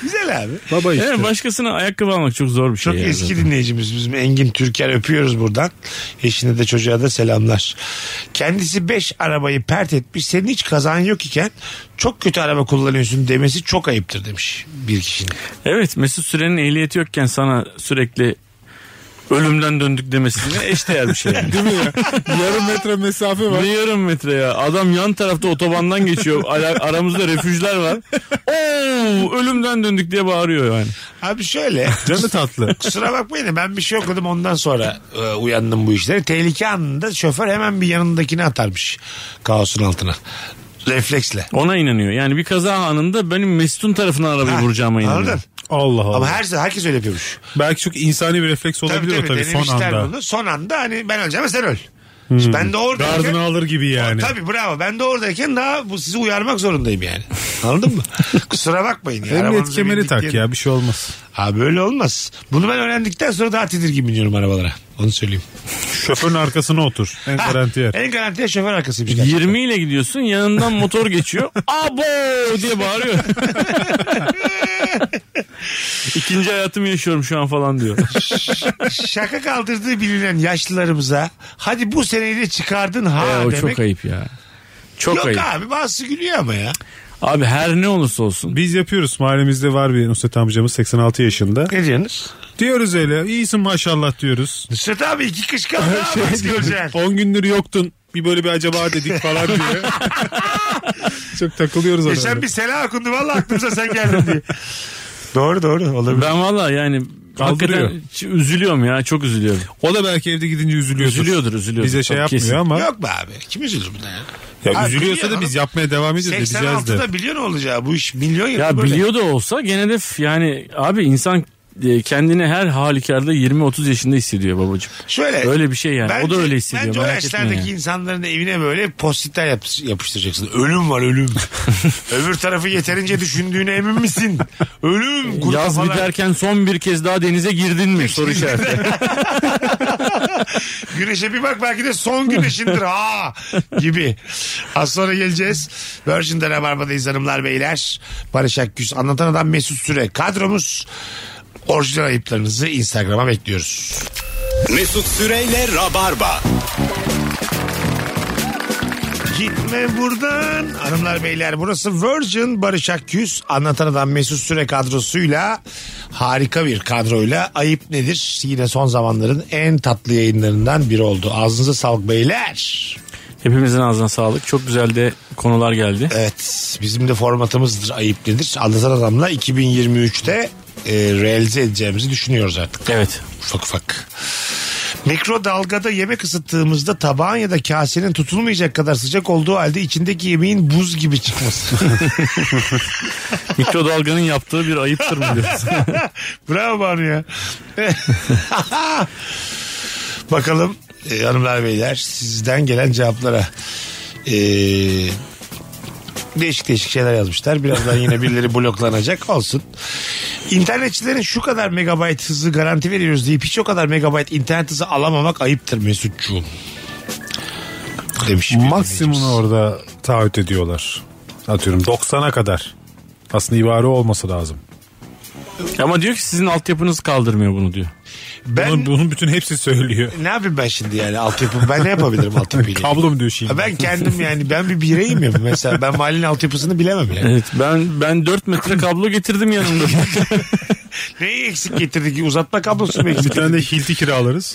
B: Güzel abi.
C: Baba işte.
D: Yani başkasına ayakkabı almak çok zor bir şey.
B: Çok
D: yani
B: eski
D: zaten.
B: dinleyicimiz bizim Engin Türker öpüyoruz buradan. Eşine de çocuğa da selamlar. Kendisi 5 arabayı pert etmiş. Senin hiç kazan yok iken çok kötü araba kullanıyorsun demesi çok ayıptır demiş bir kişinin.
D: Evet Mesut Süren'in ehliyeti yokken sana sürekli ölümden döndük demesine eşdeğer bir şey. Yani.
C: Değil mi ya? Yarım metre mesafe var.
D: Ne yarım metre ya. Adam yan tarafta otobandan geçiyor. Ala- Aramızda refüjler var. Oo, ölümden döndük diye bağırıyor yani.
B: Abi şöyle
C: Canı tatlı.
B: kusura bakmayın da ben bir şey okudum ondan sonra e, uyandım bu işlere. Tehlike anında şoför hemen bir yanındakini atarmış kaosun altına. Refleksle.
D: Ona inanıyor. Yani bir kaza anında benim Mesut'un tarafına arabayı
B: Ha,
D: vuracağıma inanıyor.
B: Anladın?
C: Allah Allah.
B: Ama her herkes öyle yapıyormuş.
C: Belki çok insani bir refleks olabilir o tabii son
B: denemişler
C: anda. Hmm.
B: bunu. Son anda hani ben öleceğim sen öl. Ben de oradayken...
C: Gardını alır gibi yani.
B: Tabii bravo. Ben de oradayken daha bu sizi uyarmak zorundayım yani. Anladın mı? Kusura bakmayın. Ya.
C: Emniyet
B: Arabanıza
C: kemeri
B: bindik
C: tak
B: diye-
C: ya bir şey olmaz.
B: Ha böyle olmaz. Bunu ben öğrendikten sonra daha tedirgin biniyorum arabalara. Onu söyleyeyim.
C: Şoförün arkasına otur. En garanti yer.
B: En garantiye şoför arkasıymış. gerçekten.
D: 20 ile gidiyorsun yanından motor geçiyor. Abo diye bağırıyor. İkinci hayatımı yaşıyorum şu an falan diyor.
B: Şaka kaldırdığı bilinen yaşlılarımıza hadi bu seneyi de çıkardın ha
D: Ya, E, o
B: demek.
D: çok ayıp ya. Çok
B: Yok
D: ayıp.
B: abi bazısı gülüyor ama ya.
D: Abi her ne olursa olsun.
C: Biz yapıyoruz. Mahallemizde var bir Nusret amcamız 86 yaşında.
B: Ne diyorsunuz?
C: Diyoruz öyle. İyisin maşallah diyoruz.
B: Nusret abi iki kış kaldı ha. bak göreceksin.
C: 10 gündür yoktun. Bir böyle bir acaba dedik falan diye. Çok takılıyoruz ona.
B: Geçen E, bir selam okundu valla aklımıza sen geldin diye. doğru doğru olabilir.
D: Ben valla yani
C: Kaldırıyor.
D: hakikaten ç- üzülüyorum ya çok üzülüyorum.
C: O da belki evde gidince üzülüyordur.
D: Üzülüyordur üzülüyordur.
C: Bize şey
D: Tabii
C: yapmıyor
D: kesin.
C: ama.
B: Yok be abi. Kim üzülür buna ya?
C: Ya
B: Abi
C: üzülüyorsa
B: biliyor
C: da biz yapmaya devam edeceğiz. edeceğiz de.
B: 86'da biliyor ne olacağı bu iş milyon yıl
D: Ya
B: böyle.
D: biliyor da olsa gene de f- yani abi insan e, kendini her halükarda 20-30 yaşında hissediyor babacığım.
B: Şöyle.
D: Öyle bir şey yani. o da öyle hissediyor.
B: Bence o
D: merak etme
B: yaşlardaki
D: yani.
B: insanların evine böyle postitler yap, yapıştıracaksın. Ölüm var ölüm. Öbür tarafı yeterince düşündüğüne emin misin? Ölüm. kuru
D: Yaz
B: kafalar.
D: biterken son bir kez daha denize girdin mi? Soru işareti.
B: Güneşe bir bak belki de son güneşindir ha gibi. Az sonra geleceğiz. Virgin'de Rabarba'dayız hanımlar beyler. Barış Akgüz anlatan adam Mesut Süre. Kadromuz orijinal ayıplarınızı Instagram'a bekliyoruz.
A: Mesut Süreyle Rabarba.
B: Gitme buradan. Hanımlar beyler burası Virgin Barış Akgüz. Anlatan adam Mesut Süre kadrosuyla harika bir kadroyla ayıp nedir? Yine son zamanların en tatlı yayınlarından biri oldu. Ağzınıza sağlık beyler.
D: Hepimizin ağzına sağlık. Çok güzel de konular geldi.
B: Evet bizim de formatımızdır ayıp nedir? Anlatan adamla 2023'te e, realize edeceğimizi düşünüyoruz artık.
D: Evet.
B: Ufak ufak. Mikrodalgada yemek ısıttığımızda tabağın ya da kasenin tutulmayacak kadar sıcak olduğu halde içindeki yemeğin buz gibi çıkması.
D: Mikrodalganın yaptığı bir ayıptır mı diyorsun?
B: Bravo Banu ya. Bakalım e, hanımlar beyler sizden gelen cevaplara. E, değişik değişik şeyler yazmışlar. Birazdan yine birileri bloklanacak olsun. İnternetçilerin şu kadar megabayt hızı garanti veriyoruz deyip hiç o kadar megabayt internet hızı alamamak ayıptır Mesutcuğum. Demiş. bir şey dinleyicimiz.
C: Maksimum orada taahhüt ediyorlar. Atıyorum 90'a kadar. Aslında ibare olması lazım.
D: Ama diyor ki sizin altyapınız kaldırmıyor bunu diyor.
B: Ben
C: Bunun, bunun bütün hepsi söylüyor.
B: ne yapayım ben şimdi yani altyapı ben ne yapabilirim altyapıyla?
C: Kablom diyor şimdi.
B: ben kendim yani ben bir bireyim ya mesela ben mahallenin altyapısını bilemem yani.
D: Evet ben ben 4 metre kablo getirdim yanımda.
B: Neyi eksik getirdik? Uzatma kablosu mu
C: Bir
B: eksik?
C: tane de hilti kiralarız.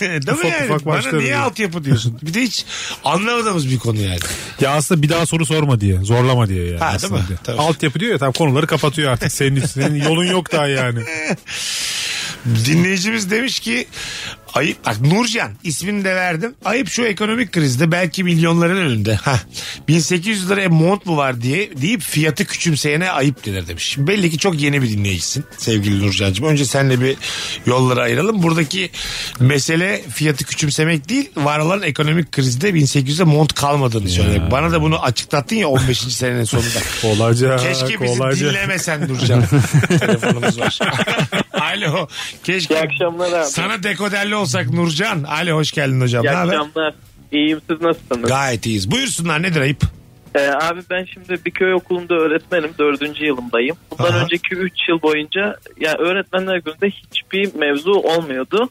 B: Değil mi
C: ufak
B: yani?
C: ufak
B: Bana
C: başlarız
B: niye
C: yani.
B: altyapı diyorsun? Bir de hiç anlamadığımız bir konu yani.
C: ya aslında bir daha soru sorma diye. Zorlama diye yani.
B: Ha, değil
C: aslında
B: mi?
C: diye.
B: Tabii.
C: Altyapı diyor ya tam konuları kapatıyor artık. Senin, senin yolun yok daha yani.
B: Dinleyicimiz demiş ki ayıp bak Nurcan ismini de verdim. Ayıp şu ekonomik krizde belki milyonların önünde. Hah, 1800 liraya mont mu var diye deyip fiyatı küçümseyene ayıp denir demiş. Şimdi belli ki çok yeni bir dinleyicisin sevgili Nurcan'cığım. Önce seninle bir yolları ayıralım. Buradaki mesele fiyatı küçümsemek değil var olan ekonomik krizde 1800'e mont kalmadığını söylemek. Bana da bunu açıklattın ya 15. senenin sonunda.
C: Olacak.
B: Keşke bizi
C: olacak.
B: dinlemesen Nurcan. Telefonumuz var. Alo. Keşke
G: İyi akşamlar abi.
B: sana dekoderli olsak Nurcan. Alo hoş geldin hocam. Ne
G: İyi
B: haber?
G: akşamlar. İyiyim siz nasılsınız?
B: Gayet iyiyiz. Buyursunlar nedir ayıp?
G: Ee, abi ben şimdi bir köy okulunda öğretmenim. Dördüncü yılımdayım. Bundan
B: Aha.
G: önceki 3 yıl boyunca yani öğretmenler gününde hiçbir mevzu olmuyordu.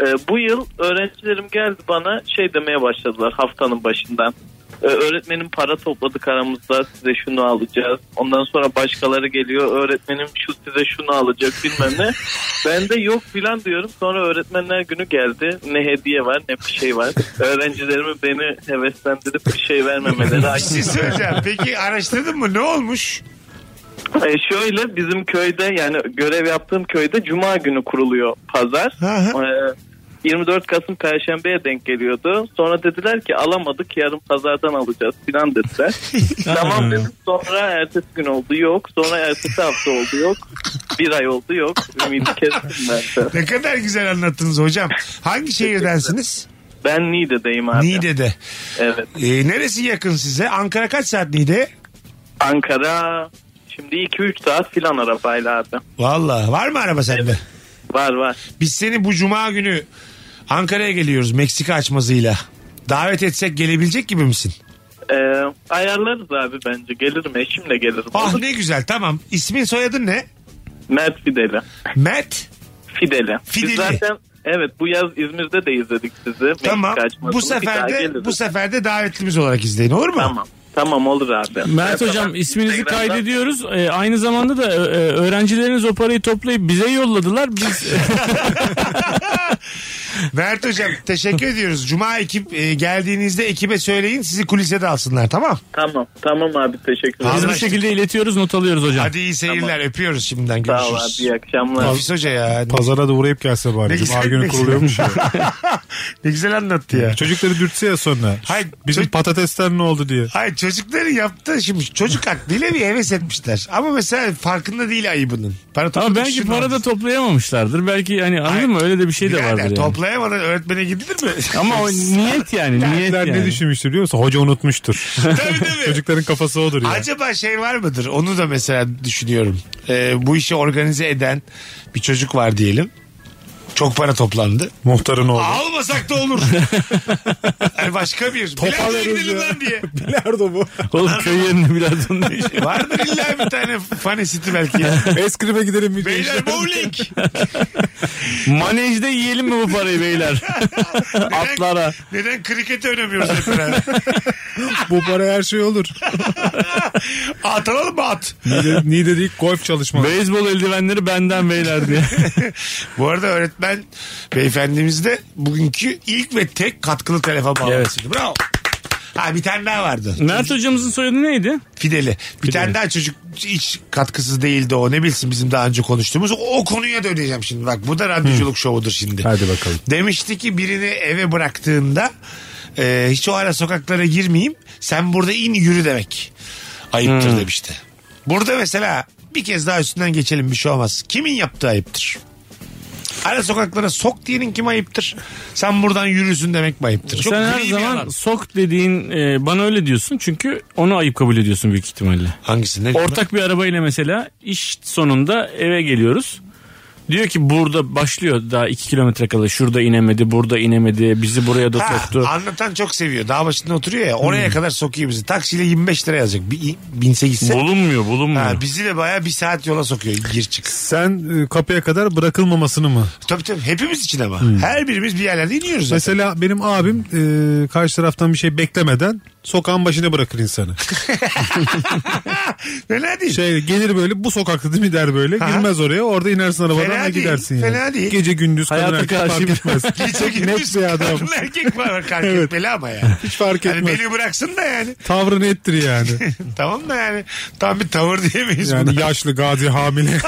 G: Ee, bu yıl öğrencilerim geldi bana şey demeye başladılar haftanın başından. Ee, öğretmenim para topladık aramızda size şunu alacağız. Ondan sonra başkaları geliyor öğretmenim şu size şunu alacak bilmem ne. Ben de yok filan diyorum. Sonra öğretmenler günü geldi. Ne hediye var ne bir şey var. Öğrencilerimi beni heveslendirip bir şey vermemeleri.
B: Bir şey söyleyeceğim. Peki araştırdın mı? Ne olmuş?
G: E şöyle bizim köyde yani görev yaptığım köyde cuma günü kuruluyor pazar.
B: Hı hı.
G: E, 24 Kasım Perşembe'ye denk geliyordu. Sonra dediler ki alamadık yarın pazardan alacağız filan dediler. tamam dedim sonra ertesi gün oldu yok. Sonra ertesi hafta oldu yok. Bir ay oldu yok. Ümidi kestim ben de.
B: Ne kadar güzel anlattınız hocam. Hangi şehirdensiniz?
G: Ben Niğde'deyim abi.
B: Niğde'de.
G: Evet.
B: Ee, neresi yakın size? Ankara kaç saat Niğde?
G: Ankara şimdi 2-3 saat filan arabayla abi.
B: Valla var mı araba sende?
G: Var var.
B: Biz seni bu cuma günü Ankara'ya geliyoruz Meksika açmazıyla. Davet etsek gelebilecek gibi misin?
G: E, ayarlarız abi bence. Gelirim eşimle gelirim.
B: Ah
G: Olur.
B: ne güzel tamam. İsmin soyadın ne?
G: Mert Fidel'i.
B: Mert.
G: Fideli.
B: Fideli.
G: Biz zaten evet bu yaz İzmir'de de izledik sizi. Meksika
B: Tamam.
G: açmasını.
B: Bu
G: Bir daha
B: sefer de
G: geliriz.
B: bu sefer de davetlimiz olarak izleyin olur mu?
G: Tamam. Tamam olur abi.
D: Mert
G: Ben
D: hocam
G: sana
D: isminizi
G: Instagram'dan-
D: kaydediyoruz. Ee, aynı zamanda da e, e, öğrencileriniz o parayı toplayıp bize yolladılar. Biz
B: Mert hocam teşekkür ediyoruz. Cuma ekip e, geldiğinizde ekibe söyleyin sizi kulise de alsınlar tamam?
G: Tamam. Tamam abi teşekkür
B: Tamam.
D: biz
G: ederim.
D: bu şekilde iletiyoruz, not alıyoruz hocam.
B: Hadi iyi seyirler öpüyoruz şimdiden
G: Sağ ol abi.
B: görüşürüz.
G: iyi akşamlar.
B: Nefis hoca ya.
C: Pazara da uğrayıp gelse
B: Ne
C: bari. Cuma
B: güzel, ne
C: günü
B: güzel.
C: kuruluyormuş ya.
B: Ne güzel anlattı ya.
C: Çocukları dürtse ya sonra.
B: Hayır,
C: Bizim
B: çocuk-
C: patatesten ne oldu diye.
B: Hayır çocukların yaptığı şimdi çocuk aklıyla bir heves etmişler. Ama mesela farkında değil ayıbının. Para
D: Ama
B: topladık,
D: belki
B: şunu
D: para da
B: aldık.
D: toplayamamışlardır. Belki hani
B: Hayır.
D: anladın mı öyle de bir şey de
B: Birader,
D: vardır yani.
B: Toplayamadan öğretmene gidilir mi?
D: Ama o niyet yani niyet
C: Çocuklar ne
D: yani.
C: düşünmüştür biliyor musun? Hoca unutmuştur.
B: Tabii, tabii.
C: Çocukların kafası odur ya.
B: Acaba şey var mıdır? Onu da mesela düşünüyorum. Ee, bu işi organize eden bir çocuk var diyelim. Çok para toplandı.
C: Muhtarın oğlu.
B: Almasak da olur. yani başka bir. Bilardo'ya
C: veririz
B: gidelim
C: ya.
B: lan diye.
C: Bilardo bu.
D: Oğlum köy yerine biraz ondan.
B: Vardır illa bir tane funny city belki.
C: Eskrim'e gidelim bir
B: Beyler bowling.
D: Manejde yiyelim mi bu parayı beyler? Atlara.
B: Neden krikete önemiyoruz hep beraber?
C: Bu para her şey olur.
B: At alalım mı at?
C: Niğde, Niğde değil golf çalışması.
D: Beyzbol eldivenleri benden beyler diye.
B: Bu arada öğretmen beyefendimiz de bugünkü ilk ve tek katkılı telefon bağlantısıydı. Bravo. Ha bir tane daha vardı.
D: Mert hocamızın soyadı neydi?
B: Fideli. Bir tane daha çocuk hiç katkısız değildi o. Ne bilsin bizim daha önce konuştuğumuz. O konuya döneceğim şimdi. Bak bu da radyoculuk şovudur şimdi.
C: Hadi bakalım.
B: Demişti ki birini eve bıraktığında e, hiç o ara sokaklara girmeyeyim. Sen burada in yürü demek. Ayıptır demişti. Burada mesela bir kez daha üstünden geçelim bir şey olmaz. Kimin yaptığı ayıptır? Ara sokaklara sok diyenin kim ayıptır? Sen buradan yürürsün demek mi ayıptır? Çok
D: Sen her
B: gri bir
D: zaman
B: alan.
D: sok dediğin e, bana öyle diyorsun çünkü onu ayıp kabul ediyorsun büyük ihtimalle.
B: Hangisi? Ne?
D: Ortak bir arabayla mesela iş sonunda eve geliyoruz. Diyor ki burada başlıyor daha 2 kilometre kala şurada inemedi burada inemedi bizi buraya da
B: Ha,
D: soktu.
B: anlatan çok seviyor. Dağ başında oturuyor ya. Oraya
C: Hmm.
B: kadar sokuyor bizi. Taksiyle 25 lira yazacak. Bir, 1800 ise-
D: Bulunmuyor bulunmuyor.
B: Ha, bizi de bayağı bir saat yola sokuyor. Gir çık.
C: Sen e, kapıya kadar bırakılmamasını mı?
B: Tabii tabii. Hepimiz için ama. Her birimiz bir yerlerde iniyoruz zaten.
C: Hmm. Mesela benim abim e, karşı taraftan bir şey beklemeden sokağın başına bırakır insanı.
B: Fena değil.
C: Şey gelir böyle bu sokakta değil mi der böyle.
B: Ha.
C: Girmez oraya orada inersin arabadan
B: Fena değil,
C: ve gidersin yani.
B: fena değil.
C: Gece gündüz kadın
D: Hayata
C: erkek
D: karşı
C: fark
D: bir-
C: etmez.
B: Gece
C: Çok net
B: gündüz
C: bir adam.
B: kadın erkek var fark etmeli ama yani.
C: Hiç fark
B: Yani
C: etmez.
B: beni bıraksın da yani.
C: Tavrı nettir yani.
B: tamam da yani. Tam bir tavır diyemeyiz
C: Yani
B: buna.
C: yaşlı gazi hamile.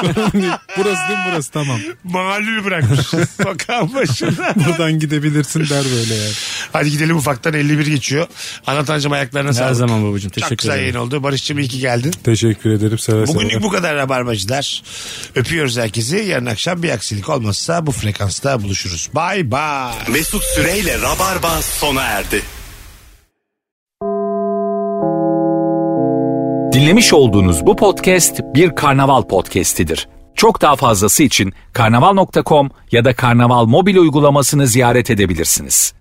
C: Sorun değil. burası değil mi? burası tamam.
B: Malul bırakmış. Sokağın başında.
C: Buradan gidebilirsin der böyle yani.
B: Hadi gidelim ufaktan 51 geçiyor. Anlatancım ayaklarına sağlık.
D: Her zaman babacığım
B: Çok
D: teşekkür
B: güzel
D: ederim.
B: yayın oldu. Barış'cığım iyi ki geldin.
C: Teşekkür ederim. Seve
B: Bugünlük bu kadar rabarbacılar. Öpüyoruz herkesi. Yarın akşam bir aksilik olmazsa bu frekansta buluşuruz. Bay bay.
A: Mesut Süreyle Rabarba sona erdi.
H: Dinlemiş olduğunuz bu podcast bir karnaval podcastidir. Çok daha fazlası için karnaval.com ya da karnaval mobil uygulamasını ziyaret edebilirsiniz.